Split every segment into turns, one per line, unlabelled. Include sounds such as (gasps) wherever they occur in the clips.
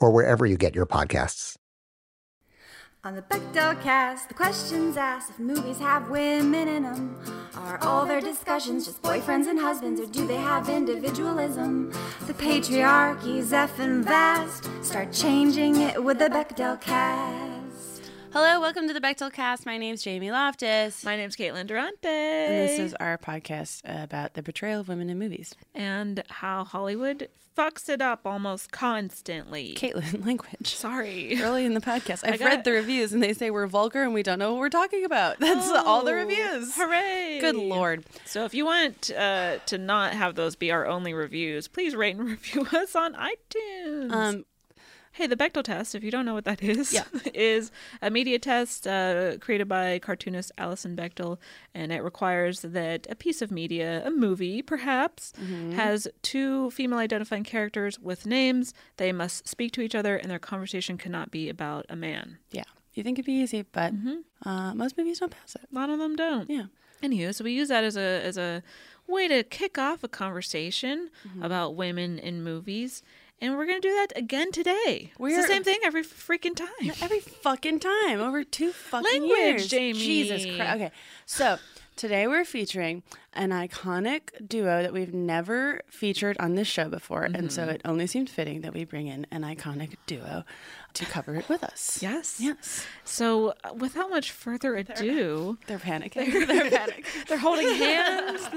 or wherever you get your podcasts.
On the Bechdel cast, the questions asked if movies have women in them. Are all their discussions just boyfriends and husbands, or do they have individualism? The patriarchy's effing vast. Start changing it with the Bechdel cast.
Hello, welcome to the Bechtel cast. My name's Jamie Loftus.
My name's Caitlin Durante.
and this is our podcast about the portrayal of women in movies.
And how Hollywood fucks it up almost constantly.
Caitlin, (laughs) language.
Sorry.
Early in the podcast,
I
I've
got-
read the reviews and they say we're vulgar and we don't know what we're talking about. (laughs) That's all the reviews.
Oh, Hooray.
Good lord.
So if you want uh, to not have those be our only reviews, please rate and (laughs) review us on iTunes.
Um,
Hey, the Bechtel test, if you don't know what that is,
Yeah.
(laughs) is a media test uh, created by cartoonist Alison Bechtel, and it requires that a piece of media, a movie perhaps,
Mm-hmm.
has two female identifying characters with names. They must speak to each other, and their conversation cannot be about a man.
yeah. You think it'd be easy, but uh, most movies don't pass it.
A lot of them don't.
Yeah.
Anywho, so we use that as a as a way to kick off a conversation
Mm-hmm.
about women in movies, and we're gonna do that again today. it's
We're-
the same thing every freaking time.
Every fucking time, over two fucking
Language,
years.
Jamie.
Jesus Christ. Okay, so today we're featuring an iconic duo that we've never featured on this show before, and
Mm-hmm.
so it only seemed fitting that we bring in an iconic duo to cover it with us.
Yes.
Yes.
So, uh, without much further ado,
They're panicking. (laughs) They're,
(laughs)
panicking.
they're holding
(laughs)
hands.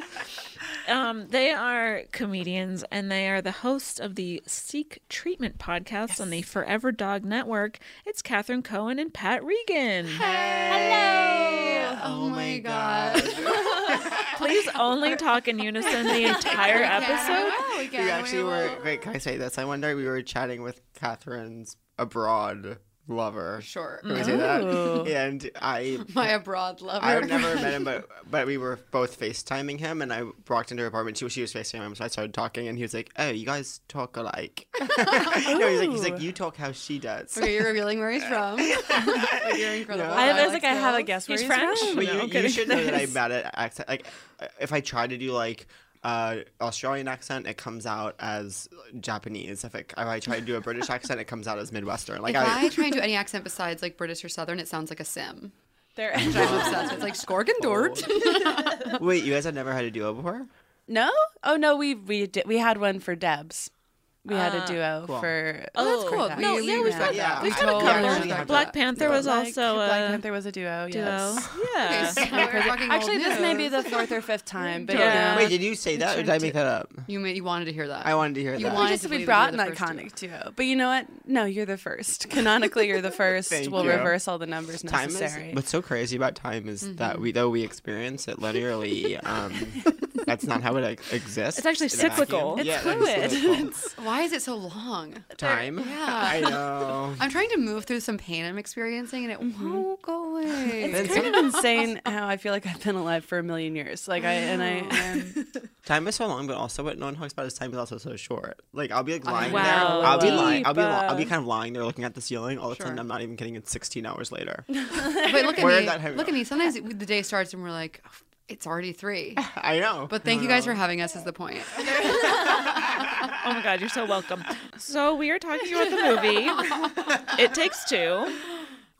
um, they are comedians and they are the hosts of the Seek Treatment podcast on the Forever Dog Network. It's Katherine Cohen and Pat Regan.
Oh my god.
(laughs) Please only talk in
(laughs)
unison the entire episode.
We actually were. Wait, can I say this? I one day we were chatting with Catherine's abroad lover.
Sure. Mm-hmm.
Can we say that? And I,
(laughs) (laughs) My abroad lover.
I have never
(laughs)
met him, (laughs) but but we were both FaceTiming him, and I walked into her apartment. She, she was FaceTiming him, so I started talking, and he was like, "Oh, you guys talk alike." (laughs) no, he's like, he's like, you talk how she does.
Okay, you're revealing where
(laughs)
he's from. Like, you're incredible.
No.
I,
I
I was like, I have a guess.
He's
where
French?
from.
(laughs) But you,
No, I'm
you
kidding.
should know
(laughs)
that I'm bad at accent. Like, if I try to do like uh, Australian accent, it comes out as Japanese. If I, if I try to do a British accent, it comes out as Midwestern. Like
If I try and do any accent besides like British or Southern, it sounds like a sim.
(laughs)
They're-
Which I'm obsessed with. Like Skork and Dort.
Wait, you guys have never had a duo before?
No? Oh no, we we did, we had one for Debs. We had
Ah,
a duo for.
Oh, that's cool.
for
No,
Debs.
yeah,
we've
we've
got-
got
yeah.
that.
We've
I
had a
totally
couple.
actually had
Black
that.
Panther was
Like,
also a
Black Panther was a duo.
duo.
Yes. (laughs)
Yeah. (laughs)
Okay, so we're talking
Actually,
old
this
news.
may be the fourth or fifth time, but um,
Yeah.
yeah.
Wait, did you say that or did I make that up?
You, may, you wanted to hear that.
I wanted to hear
You
that.
want-
we just
I
we
believe
brought an
you're the first
iconic duo. But you know what? No, you're the first. Canonically,
(laughs)
you're the first.
Thank
we'll
you.
reverse all the numbers
Time is
necessary.
what's so crazy about time is that we though we experience it literally. Um, that's not how it ex- exists.
It's actually
in a vacuum.
cyclical. It's
yeah, that is (laughs)
fluid.
cyclical.
Why is it so long?
time. (laughs) I know.
I'm trying to move through some pain I'm experiencing and it
Mm-hmm.
won't go away.
(laughs)
Oh.
it's kind of insane how I feel like I've been alive for a million years. Like I and I am
Time is so long, but also what no one talks about is time is also so short. Like I'll be like lying
wow.
there. I'll be
Deep,
lying. I'll be. li- I'll be
uh,
kind of lying there, looking at the ceiling. All of a sudden,
Sure.
I'm not even kidding. It's 16 hours later.
(laughs) But look at
Where did
me.
that happen?
Look
(laughs)
at me. Sometimes it, the day starts and we're like, "Oh, it's already three.
I know.
But thank you guys for having us. Is the point?
Oh my God, you're so welcome. So we are talking about the movie. it takes two.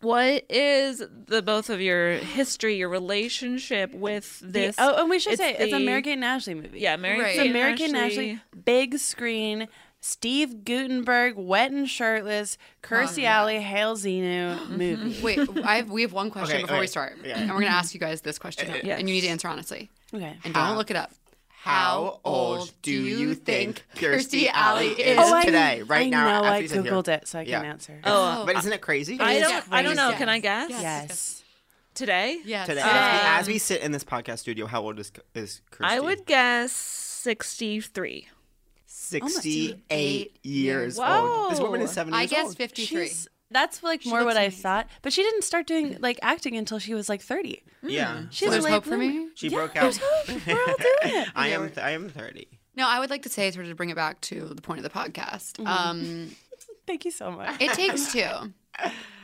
What is the both of your history, your relationship with this?
oh, and we should say it's
the-
an American and Ashley movie.
Yeah, American.
Right.
It's American and Ashley, big screen. Steve Gutenberg, wet and shirtless, Kirstie Alley, Hale
(gasps)
Zenu movie.
Oh, Wait, I have, we have one question
(laughs) Okay,
before we
okay.
start,
Yeah. Uh,
and we're gonna
(laughs)
ask you guys this question,
Yes.
and you need to answer honestly,
Okay.
and don't look it up.
How old do you think Kirstie Alley is
Oh,
I-
today, right
I
now?
know
after
I
you sit here?
googled it, so I can
Yeah.
answer.
Oh,
But isn't it crazy?
I
is
don't. I
crazy.
don't know.
Yes.
Can I guess?
yes.
Today.
yes.
Today,
Uh,
as, we, as we sit in this podcast studio, how old is is Kirstie?
Um, I would guess sixty-three.
68 years
Whoa.
old. This woman is 70
I
years
guess
old.
fifty-three.
Oh. She's- that's like more what
looks
I
amazing.
thought. But she didn't start doing like acting until she was like 30.
Yeah.
She's
There's
Hmm. a late
hope for
bloomer.
me.
She
Yeah,
broke
there's
out.
hope.
(laughs)
We're all doing it.
I am th- I am 30.
No, I would like to say sort of to bring it back to the point of the podcast. Um,
Mm-hmm. (laughs) Thank you so much. (laughs)
it takes two.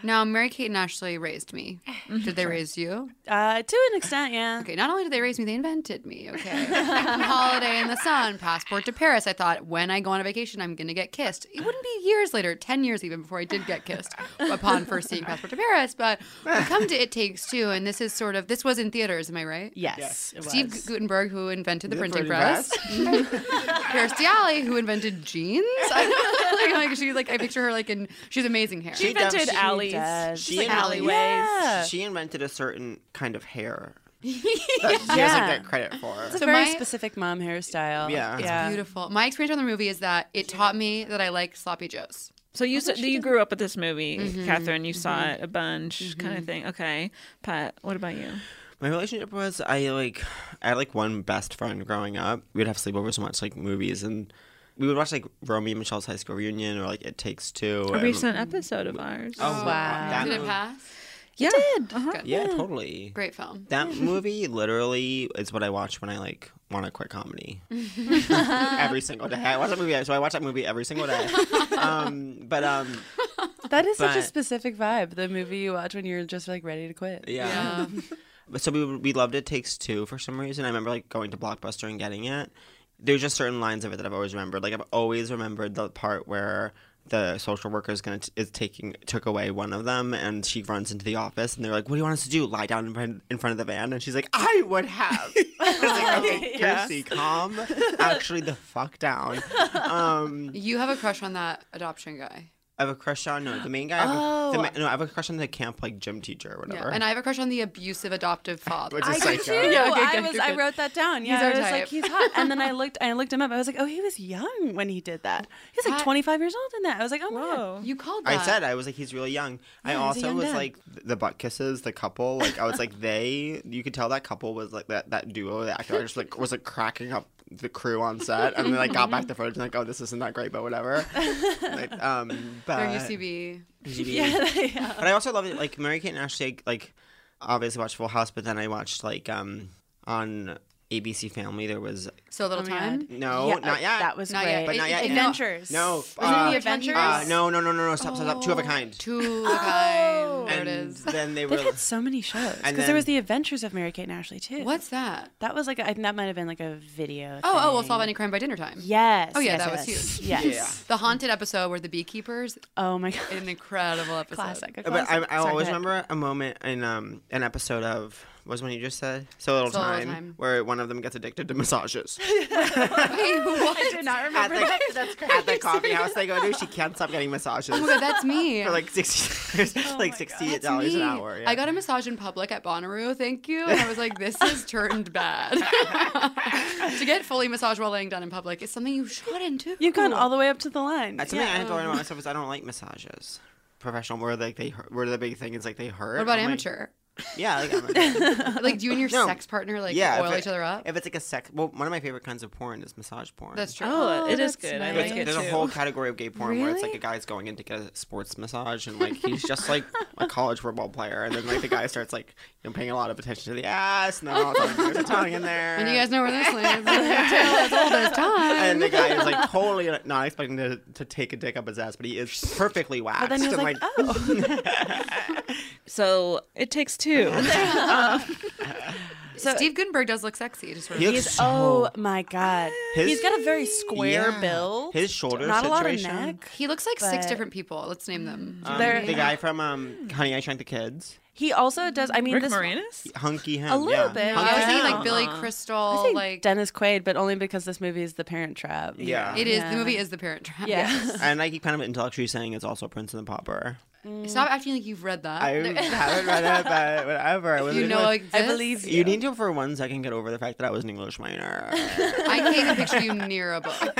Now, Mary Kate and Ashley raised me. Did they raise you?
Mm-hmm. Uh, to an extent, yeah.
Okay, not only did they raise me, they invented me.
(laughs)
Okay. From Holiday in the Sun, Passport to Paris. I thought when I go on a vacation, I'm going to get kissed. It wouldn't be years later, 10 years even before I did get kissed
(laughs)
upon first seeing Passport to Paris. But we come to It Takes Two, and this is sort of, this was in theaters, am I right?
Yes, it was.
Steve Gutenberg, who invented the
The
printing
printing
press. Mm-hmm. Kirstie Alley, who invented jeans. I know, like, like she's like I picture her like in she's amazing hair.
She
does-
invented
she
(laughs)
alleys.
does.
Just
She
like
and-
alleyways.
Yeah.
She invented a certain kind
(laughs)
of hair. that She doesn't
Yeah.
get credit for.
It's a
So
very
my-
specific mom hairstyle.
Yeah. It's
Beautiful. My experience on the movie is that it taught me that I like sloppy
(laughs)
joes.
So you said you grew up with this movie, Catherine. You saw it a bunch, kind of thing. Okay, Pat. What about you?
My relationship was I like I had like one best friend growing up. We'd have sleepovers and watch like movies and we would watch like Romeo and Michelle's high school reunion or like It Takes Two.
A
and-
recent episode of ours.
Oh, wow. That
Did it
movie-
pass?
yeah.
Yeah, totally.
Great film.
That movie literally is what I watch when I like want to
(laughs)
quit comedy. (laughs) every single day, I watch that movie. So I watch that movie every single
(laughs)
day. Um, but um,
That is such a
But-
specific vibe. The movie you watch when you're just like ready to quit.
(laughs)
(laughs)
yeah. But so we we loved It Takes Two for some reason. I remember like going to Blockbuster and getting it. There's just certain lines of it that I've always remembered. Like I've always remembered the part where the social worker is gonna t- is taking took away one of them, and she runs into the office, and they're like, "What do you want us to do? Lie down in front, in front of the van?" And she's like, "I would have." I was
(laughs)
like, okay, Kirstie, calm actually the fuck down.
(laughs)
Um,
(laughs) You have a crush on that adoption guy.
I have a crush on no the main guy. I have a- the ma- no, I have a crush on the camp like gym teacher or
Oh. Yeah.
whatever.
And I have a crush on the abusive adoptive father.
Which is
I
psycho.
did too.
Yeah, good,
I
good,
was.
good,
I
good.
wrote that down. Yeah,
He's our
I was
type.
like, he's hot. And
(laughs)
then I looked. I looked him up. I was like, oh, he was young when he did that. He was like
That-
25 years old in that. I was like, oh my god.
Whoa.
You called that.
I said I was like he's really young.
Yeah,
I
he's a
also
young
was
dad.
like th- the butt kisses, the couple. Like I was like they. You could tell that couple was like that that duo. The actor just like was like cracking up the crew on set, and then I got back the footage and like oh this isn't that great, but whatever. like, um, but
They're UCB.
(laughs)
UCB.
(laughs)
But I also love it. Like Mary Kate and Ashley. Like obviously watched Full House, but then I watched like um on ABC Family there was
So little time.
no
Yeah, uh,
not yet
That was
Not
great.
yet. But
not yet.
Adventures.
no
Isn't
uh,
it the adventures?
uh, no no no no no stop stop stop two of a kind.
Two of a kind. There it
and
is.
then they
Oh. They've
were
had so many shows because
And
there was
then-
the Adventures of Mary Kate and Ashley too.
What's that?
That was like a, I think that might have been like a video.
Oh, oh, we'll
thing. (laughs)
solve any crime by dinner time.
Yes.
Oh, yeah,
yes,
that was
yes.
huge.
Yes.
The haunted episode where the beekeepers,
Oh my god.
an incredible episode.
Classic. a
But I,
classic.
I
Sorry,
always
go ahead.
remember a moment in um an episode of what was the one you just said so little,
So Little
time,
Time.
where one of them gets addicted
(laughs)
to massages
Wait, what?
I did not
at
remember
the, (laughs)
that.
at the
(laughs)
coffee house they go to. She can't stop getting massages
Oh my Oh god, that's Oh me.
(laughs) for like sixty like sixty eight dollars an
me.
hour. Yeah.
I got a massage in public at Bonnaroo, thank you. And I was like, this has turned bad. (laughs) to get fully massaged while laying down in public is something you shouldn't do.
You've gone all the way up to the line.
That's something I have to learn about myself is I don't like massages. Professional, where like they hurt, where the big thing is like they hurt.
What about
I'm like-
amateur? (laughs)
yeah, like amateur.
like, do you and your
(laughs) No.
sex partner like
yeah,
oil
if it-
each other up?
If it's like a sex, well, one of my favorite kinds of porn is massage porn.
That's true.
Oh, it is
that's
good. I
nice.
like
There's,
it
there's
too.
a whole category of gay porn where it's like
Really?
a guy's going in to get a sports massage and like he's just like
(laughs)
a college football player, and then like the guy starts like
(laughs)
you know, paying a lot of attention to the ass, and then all of a sudden there's a tongue in there. (laughs)
And you guys know where this lands. Tail
and the guy is like totally not expecting to, to take a dick up his ass, but he is perfectly waxed.
But then he was
I'm
like, oh.
(laughs)
So it
(laughs)
takes two.
Steve Gutenberg does look sexy. Just sort
he
of,
looks so
Oh my god.
His-
He's got a very square
Yeah.
build.
His shoulder
Not
situation.
a lot of neck.
he looks like six
But-
different people. Let's name them.
Um,
There-
the guy from um, Honey I Shrunk the Kids,
He also does I mean
Rick
this
Moranis?
hunky him,
A little
yeah.
bit.
Hunky
I was thinking
him.
like Billy
I
Crystal.
think
Like
Dennis Quaid, but only because this movie is The Parent Trap.
yeah.
it is.
Yeah.
The movie is The Parent Trap. (laughs)
Yes.
and I keep kind of intellectually saying it's also Prince and the Pauper.
Stop acting like you've read that.
I haven't read it, but whatever. was
you
like,
know
look,
it exists.
I believe you.
you need to for one second get over the fact that I was an English minor.
I can't even picture you near a book.
(laughs)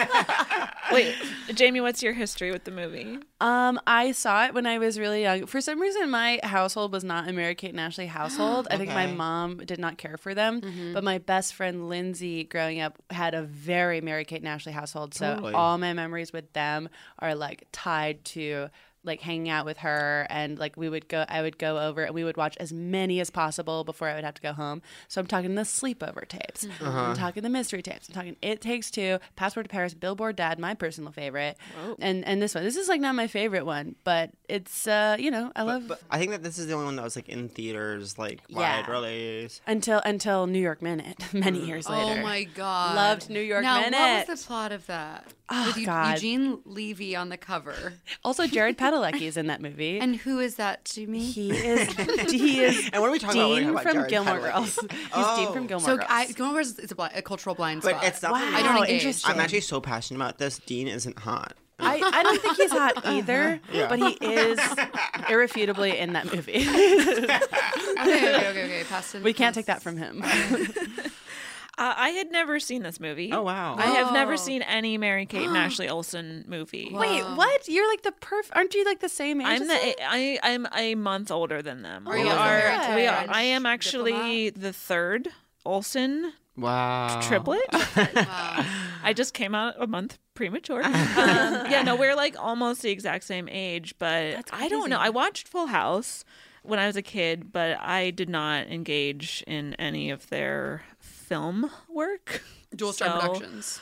Wait, Jamie, what's your history with the movie?
Um, I saw it when I was really young. For some reason, my household was not a Mary Kate and Ashley household. I think my
Okay.
mom did not care for them.
Mm-hmm.
But my best friend Lindsay, growing up, had a very Mary Kate and Ashley household. So
Totally.
all my memories with them are like tied to like hanging out with her and like we would go I would go over and we would watch as many as possible before I would have to go home. So I'm talking the sleepover tapes.
Mm-hmm.
I'm talking the mystery tapes. I'm talking It Takes Two, Passport to Paris, Billboard Dad, my personal favorite. And and this one. This is like not my favorite one, but it's uh, you know, I love
But I think that this is the only one that was like in theaters, like
Yeah.
wide release.
until until New York Minute (laughs) many
Mm.
years later.
Oh my god.
Loved New York
now,
Minute.
what was the plot of that?
Oh,
With Eu-
God.
Eugene Levy on
(laughs)
the cover.
(laughs) Also Jared Padalecki is in that movie.
And who is that to me?
he
(laughs)
is he is
And what are we talking about when
Dean
we talk about
from
Jared
Gilmore
Padalecki? (laughs)
Girls. (laughs) He's Dean from
Oh.
Gilmore
so
Girls.
I, Gilmore Girls is- it's a, bli- a cultural blind
But
spot.
it's not.
wow,
I don't engage.
interesting.
I'm actually so passionate about this. Dean isn't hot.
I, I don't think he's
(laughs)
hot either, but he is irrefutably in that
(laughs)
movie.
okay, okay, okay, okay. Pass
(laughs)
it-
we can't take that from him.
Uh, I had never seen this movie.
Oh wow.
I have never seen any Mary
(gasps)
Kate and Ashley Olsen movie.
Wait, what? You're like the perf. Aren't you like the same age?
I'm
as
the
him?
I I'm a month older than them.
Are
we
you
are
a
we are
French
I am actually the third Olsen
wow.
triplet. I just came out a month premature. um, yeah, no, we're like almost the exact same age, but I don't know. I watched Full House when I was a kid, but I did not engage in any of their film work.
Dual Star
So-
Productions.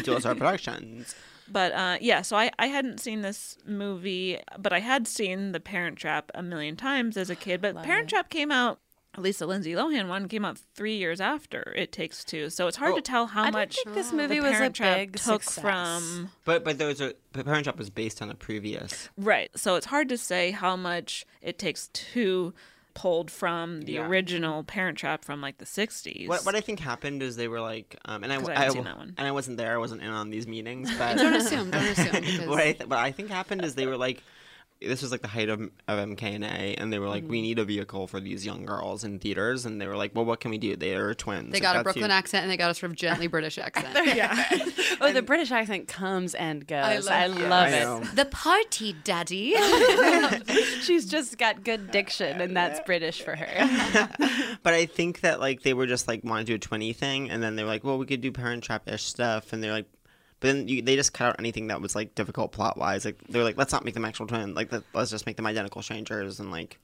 (laughs) Dual Star Productions.
But uh, yeah, so I, I hadn't seen this movie, but I had seen The Parent Trap a million
(gasps)
times as a kid. But Parent Trap came out, at least the Lindsay Lohan one, came out three years after It Takes Two. So it's hard to tell how
Oh, I don't
much
think this
The
movie was a
Parent Trap
big
took
success.
from.
But but those are but Parent Trap was based on a previous.
Right. So it's hard to say how much It Takes Two pulled from the
Yeah.
original Parent Trap from like the 60s.
What, what I think happened is they were like, um, and I,
'Cause I
I,
haven't seen that one.
and I wasn't there. I wasn't in on
(laughs)
these meetings. But
Don't assume. Don't
(laughs)
assume. Because
what, I th- what I think happened is they were like, this was like the height of, of MKNA, and they were like,
Mm-hmm.
we need a vehicle for these young girls in theaters, and they were like, well, what can we do? They are twins.
they
Like,
got a
that's you.
Brooklyn accent and they got a sort of gently British
(laughs)
accent.
oh, the British accent comes and goes. I love,
yeah,
I know.
the party daddy. (laughs)
it. (laughs) She's just got good diction, and that's British for
(laughs)
her.
But I think that like they were just like want to do a twenty thing, and then they were like, well, we could do Parent Trap ish stuff, and they're like. But then you, they just cut out anything that was like difficult plot wise. Like they were like, let's not make them actual twin. Like let- let's just make them identical strangers. And like,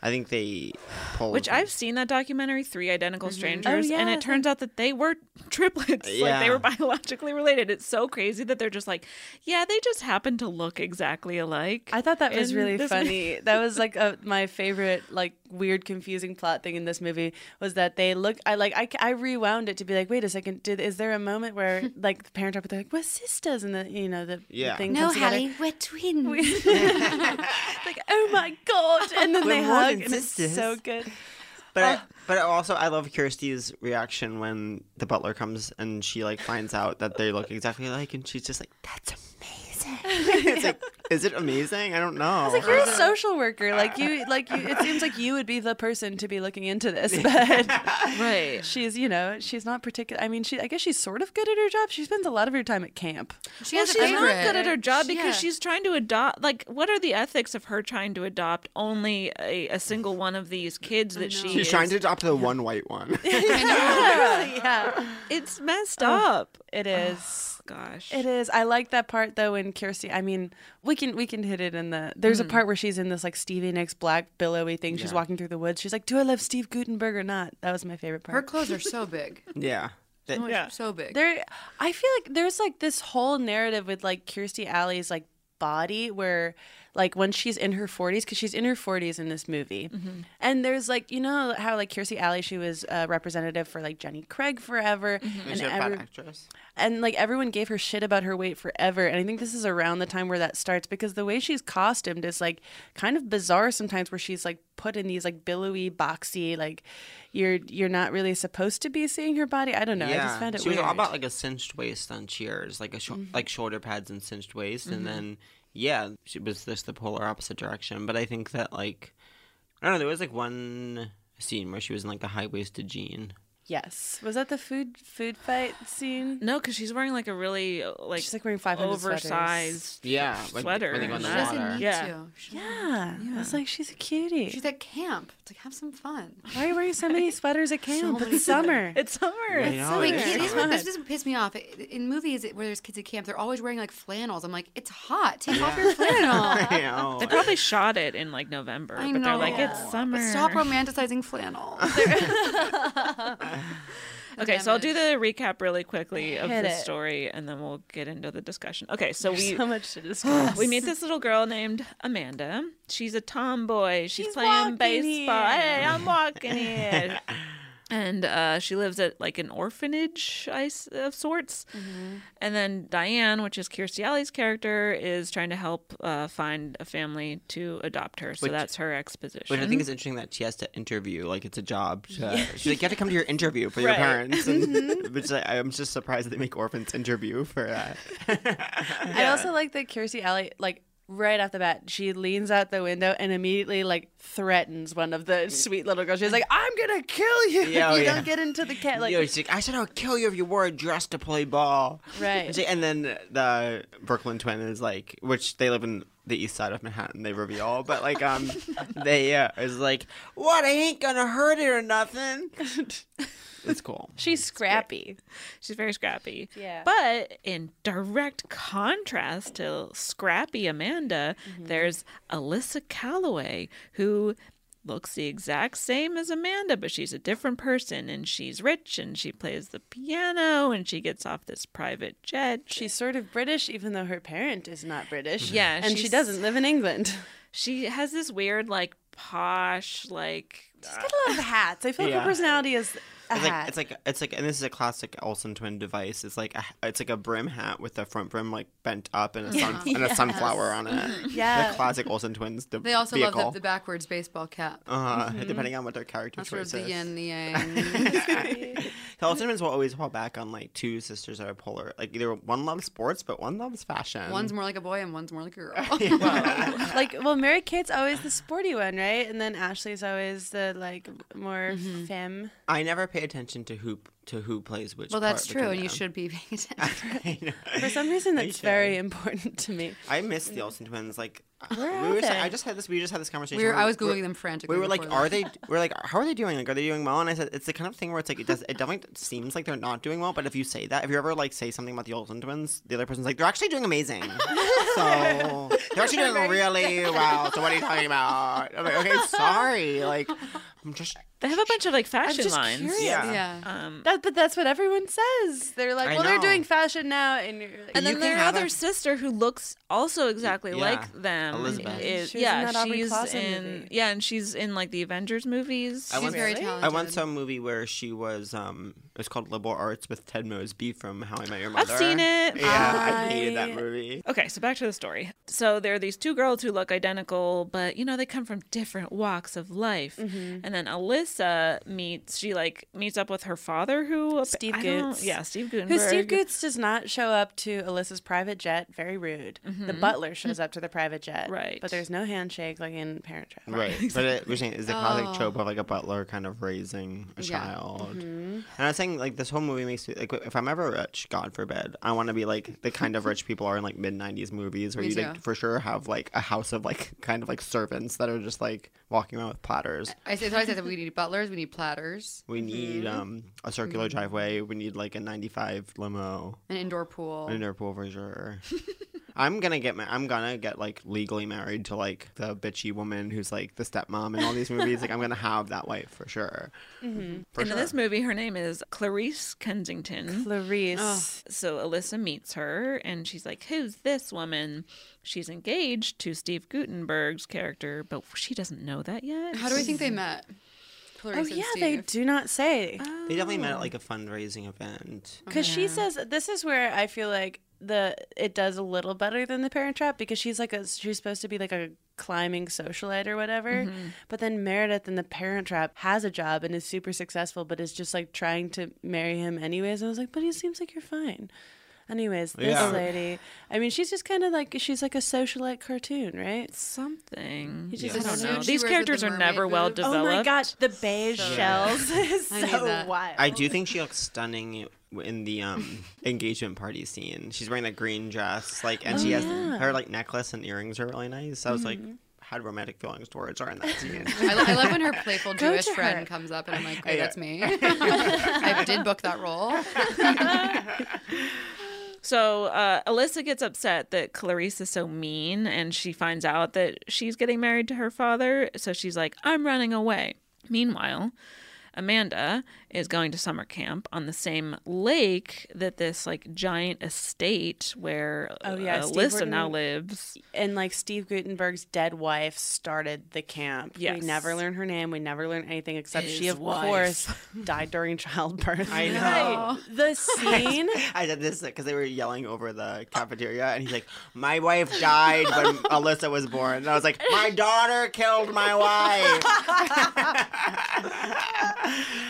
I think they pulled.
Which I've seen that documentary, Three
Mm-hmm.
Identical Strangers,
Oh,
and
yeah.
it turns out that they were (laughs) triplets. Like
Yeah.
they were biologically related. It's so crazy that they're just like, yeah, they just happen to look exactly alike.
I thought that was
in
really
this movie.
funny. (laughs) that was like a, my favorite, like weird, confusing plot thing in this movie was that they look. I like I, I rewound it to be like, wait a second, did is there a moment where like the parent up they're like, we're sisters, and the you know the, the
Yeah.
thing
no,
comes together.
Hallie, we're twins.
(laughs) like oh my god, and then
We're
they
more
hug,
than
and it's so
sisters.
good.
But I, but also I love Kirsty's reaction when the butler comes and she like finds out that they look exactly alike and she's just like that's amazing. it's like is it amazing? I don't know.
It's like you're
Uh-huh.
a social worker, like you, like you. It seems like you would be the person to be looking into (laughs) this, but
Right.
she's, you know, she's not particular. I mean, she, I guess she's sort of good at her job. She spends a lot of her time at camp.
She
well,
has a
she's not
favorite.
good at her job
(laughs)
because
Yeah.
she's trying to adopt. Like, what are the ethics of her trying to adopt only a, a single one of these kids that she?
she's
is-
trying to adopt the one white one. (laughs)
(laughs)
yeah,
It's messed up.
it is.
Gosh.
It is. I like that part though when Kirsty. I mean, we can we can hit it in the. There's
Mm.
a part where she's in this like Stevie Nicks black billowy thing. She's (laughs) walking through the woods. She's like, "Do I love Steve Gutenberg or not?" That was my favorite part.
Her clothes are so big.
yeah. that
Oh, it's
Yeah.
So big.
There, I feel like there's like this whole narrative with like Kirstie Alley's like body where like when she's in her 40s because she's in her 40s in this movie and there's like you know how like Kirstie Alley she was a representative for like Jenny Craig forever
is
Mm-hmm.
and,
a bad
every- (gasps)
actress.
and like everyone gave her shit about her weight forever and I think this is around the time where that starts because the way she's costumed is like kind of bizarre sometimes where she's like put in these like billowy boxy like you're you're not really supposed to be seeing her body I don't know I just found it
she was
weird Mm-hmm.
all about like a cinched waist on Cheers, like a sho- like shoulder pads and cinched waist, and then yeah, she was just the polar opposite direction. But I think that like I don't know, there was like one scene where she was in like a high waisted jean.
Yes. Was that the food food fight scene?
No, because she's wearing like a really uh, like
She's, like, wearing 500 sweaters.
oversized
Yeah, when-
sweater.
when they go in
she
the
and
doesn't
water.
need
Yeah.
to. She doesn't-
Yeah. I was like, she's a cutie.
She's at camp. It's like have some fun.
Why are you wearing so
(laughs)
many sweaters at camp?
many
it's
(laughs)
summer.
It's summer.
I know,
Wait,
it's
kids,
so
this, one- this
hot.
doesn't piss me off. In movies where there's kids at camp, they're always wearing like flannels. I'm like, it's hot. Take off
(laughs)
your flannel.
I know.
They probably shot it in like November,
I
but they're like,
know.
it's summer.
But stop romanticizing flannel.
Okay, so I'll do the recap really quickly of
Hit
the
it.
story, and then we'll get into the discussion. Okay, so (gasps) we
so much to discuss.
we meet this little girl named Amanda. She's a tomboy. She's,
She's
playing
walking
baseball.
here.
Hey, I'm
(laughs)
walking here. And uh, she lives at like an orphanage I s- of sorts.
Mm-hmm.
And then Diane, which is Kirstie Alley's character, is trying to help uh, find a family to adopt her. So
Which-
that's her exposition.
Which I think is interesting that she has to interview, like it's a job. To, She's like, you have to come to your interview
(laughs)
for your
Right.
parents.
Mm-hmm.
And, (laughs) which I, I'm just surprised they make orphans interview for that.
I also like that Kirstie Alley, like right off the bat, she leans out the window and immediately like threatens one of
Mm.
the sweet little girls. She's like, I'm gonna kill you
Yeah,
oh,
if (laughs) you
yeah.
don't get into the cat like
you know, she's like, I said I would kill you if you wore a dress to play ball.
Right.
And she- And then the Brooklyn twin is like, which they live in the east side of Manhattan, they reveal, but
(laughs)
like, um, they uh, is like, what? I ain't gonna hurt it or nothing. (laughs) it's
(laughs)
cool.
She's scrappy.
She's very scrappy.
Yeah.
But in direct contrast to scrappy Amanda,
Mm-hmm.
there's Alyssa Calloway, who looks the exact same as Amanda, but she's a different person and she's rich and she plays the piano and she gets off this private jet.
She's sort of British, even though her parent is not British.
Yeah,
and she
she's-
doesn't live in England.
she has this weird, like, posh, like.
She's got a lot of hats. I feel like
Yeah.
her personality is a
It's
hat.
like, it's like it's like and this is a classic Olsen twin device. It's like a, it's like a brim hat with the front brim like bent up and a, sun,
(laughs)
and a sunflower on it.
Yeah.
the classic Olsen twins. The
They also
vehicle.
love the, the backwards baseball cap.
uh,
Mm-hmm.
depending on what their character
That's sort of the
choice is.
yin,
(laughs)
the yang.
The Olsen twins will always fall back on like two sisters that are polar. Like either one loves sports, but one loves fashion.
one's more like a boy and one's more like a girl. (laughs)
(laughs) like well mary kate's always the sporty one right and then ashley's always the like more
Mm-hmm.
femme
I never pay attention to who to who plays which.
well, that's
part
true,
between
and you
them.
should be paying attention.
I know.
for some reason that's
should.
very important to me
I miss the Olsen twins. Like
Where
we
are
were saying-
they?
I just had this. We just had this conversation.
We were,
where
I was
we're-
googling them frantically.
We were like,
before
are
that.
they? We're like, how are they doing? Like, are they doing well? And I said, it's the kind of thing where it's like it does. It definitely seems like they're not doing well. But if you say that, if you ever like say something about the Olsen twins, the other person's like, they're actually
(laughs)
doing amazing. so they're actually doing really well. So what are you talking about? I'm like, okay, sorry. Like, I'm just.
They have a bunch of, like, fashion
just
lines.
curious.
Yeah.
Yeah.
Um,
that, but that's what everyone says they're like
I
well they're
know.
doing fashion now and you're like,
And
You
then
can
their
have
other
a-
sister, who looks also exactly
yeah,
like them,
Elizabeth.
is
She was
yeah,
in that Aubrey
she's
Plaza
in
movie.
yeah, and she's in like the Avengers movies.
I
She's
want-
very
Really?
talented.
I once saw a movie where she was. Um, it was called Liberal Arts with Ted Mosby from How I Met Your
I've
Mother.
seen it.
Yeah, I hated that movie.
Okay, so back to the story. So there are these two girls who look identical, but you know they come from different walks of life.
Mm-hmm.
And then Alyssa meets she like meets up with her father, who
Steve
I don't-
Goots.
Yeah, Steve Gutenberg.
who Steve Goots does not show up to Alyssa's private jet. Very rude. The
Mm-hmm.
butler shows up to the private jet.
Right.
But there's no handshake like in Parent Trap. Oh.
(laughs)
Right, but it, we're saying it's a classic trope of like a butler kind of raising a
Oh. Yeah. Mm-hmm.
child, and I was saying like this whole movie makes me like if I'm ever rich, God forbid, I want to be like the kind of rich people are in like mid '90s movies where
Me
you
too.
like for sure have like a house of like kind of like servants that are just like walking around with platters.
I said, so I said that we need butlers, we need platters,
We need um a circular
Mm-hmm.
driveway. We need like a '95 limo,
an indoor pool. (laughs)
an indoor pool for sure. I'm gonna get my. I'm gonna get like legally married to like the bitchy woman who's like the stepmom in all these movies. like I'm gonna have that wife for sure. For
Mm-hmm. and
sure.
in this movie, her name is Clarice Kensington.
Clarice.
so Alyssa meets her and she's like, Who's this woman? She's engaged to Steve Gutenberg's character, but she doesn't know that yet.
How do we think they met?
Oh,
Clarice and
yeah, they
Steve.
do not say.
They definitely met at like a fundraising event.
Because she says this is where I feel like the it does a little better than the Parent Trap because she's like a she's supposed to be like a climbing socialite or whatever,
Mm-hmm.
but then Meredith in the Parent Trap has a job and is super successful, but is just like trying to marry him anyways. And I was like, but he seems like you're fine. Anyways, this
Yeah.
lady, I mean, she's just kind of like she's like a socialite cartoon, right?
Something.
just-
I
I
don't
don't
know.
know.
She wears
These
with
characters
the
are never
mermaid
well
boobs.
developed.
Oh my gosh, the beige shells (laughs) is
I need
so
that.
wild.
I do think she looks stunning in
(laughs)
the um, engagement party scene. She's wearing that green dress, like,
Oh,
and she has her like necklace and earrings are really nice. I was like, had romantic feelings towards her in that scene.
Mm-hmm. (laughs) I, lo- I love when her (laughs) playful Jewish
to
friend
her.
comes up and I'm like, hey, that's
(laughs)
me. (laughs) I did book that role.
(laughs)
So uh, Alyssa gets upset that Clarice is so mean, and she finds out that she's getting married to her father. So she's like, I'm running away. Meanwhile, Amanda is going to summer camp on the same lake that this like giant estate where uh,
Oh, yeah, Steve
Alyssa
Gordon-
now lives.
and like Steve Gutenberg's dead wife started the camp.
Yes.
We never learn her name. We never learn anything except she,
His
of
wife.
course, died during (laughs) childbirth.
I know.
(laughs)
The scene.
I did this because they were yelling over the cafeteria, and he's like, "My wife died when Alyssa was born," and I was like, "My daughter killed
(laughs)
my wife."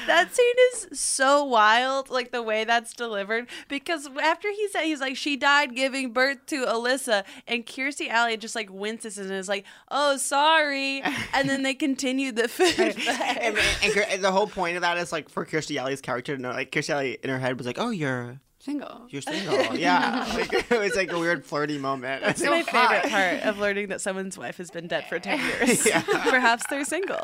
That scene is so wild, like the way that's delivered. Because after he said he's like, she died giving birth to Alyssa, and Kirstie Alley just like winces and is like, oh sorry, and then they continue the food.
(laughs)
and, and, and the whole point of that is like for Kirstie Alley's character to know, like Kirstie Alley in her head was like, "Oh, you're."
Single.
(laughs)
You're single, yeah. Like, (laughs) it was like a weird flirty moment. (laughs) It's
my
like,
favorite part of learning that someone's wife has been dead for ten
(laughs)
(laughs)
years. Perhaps they're single.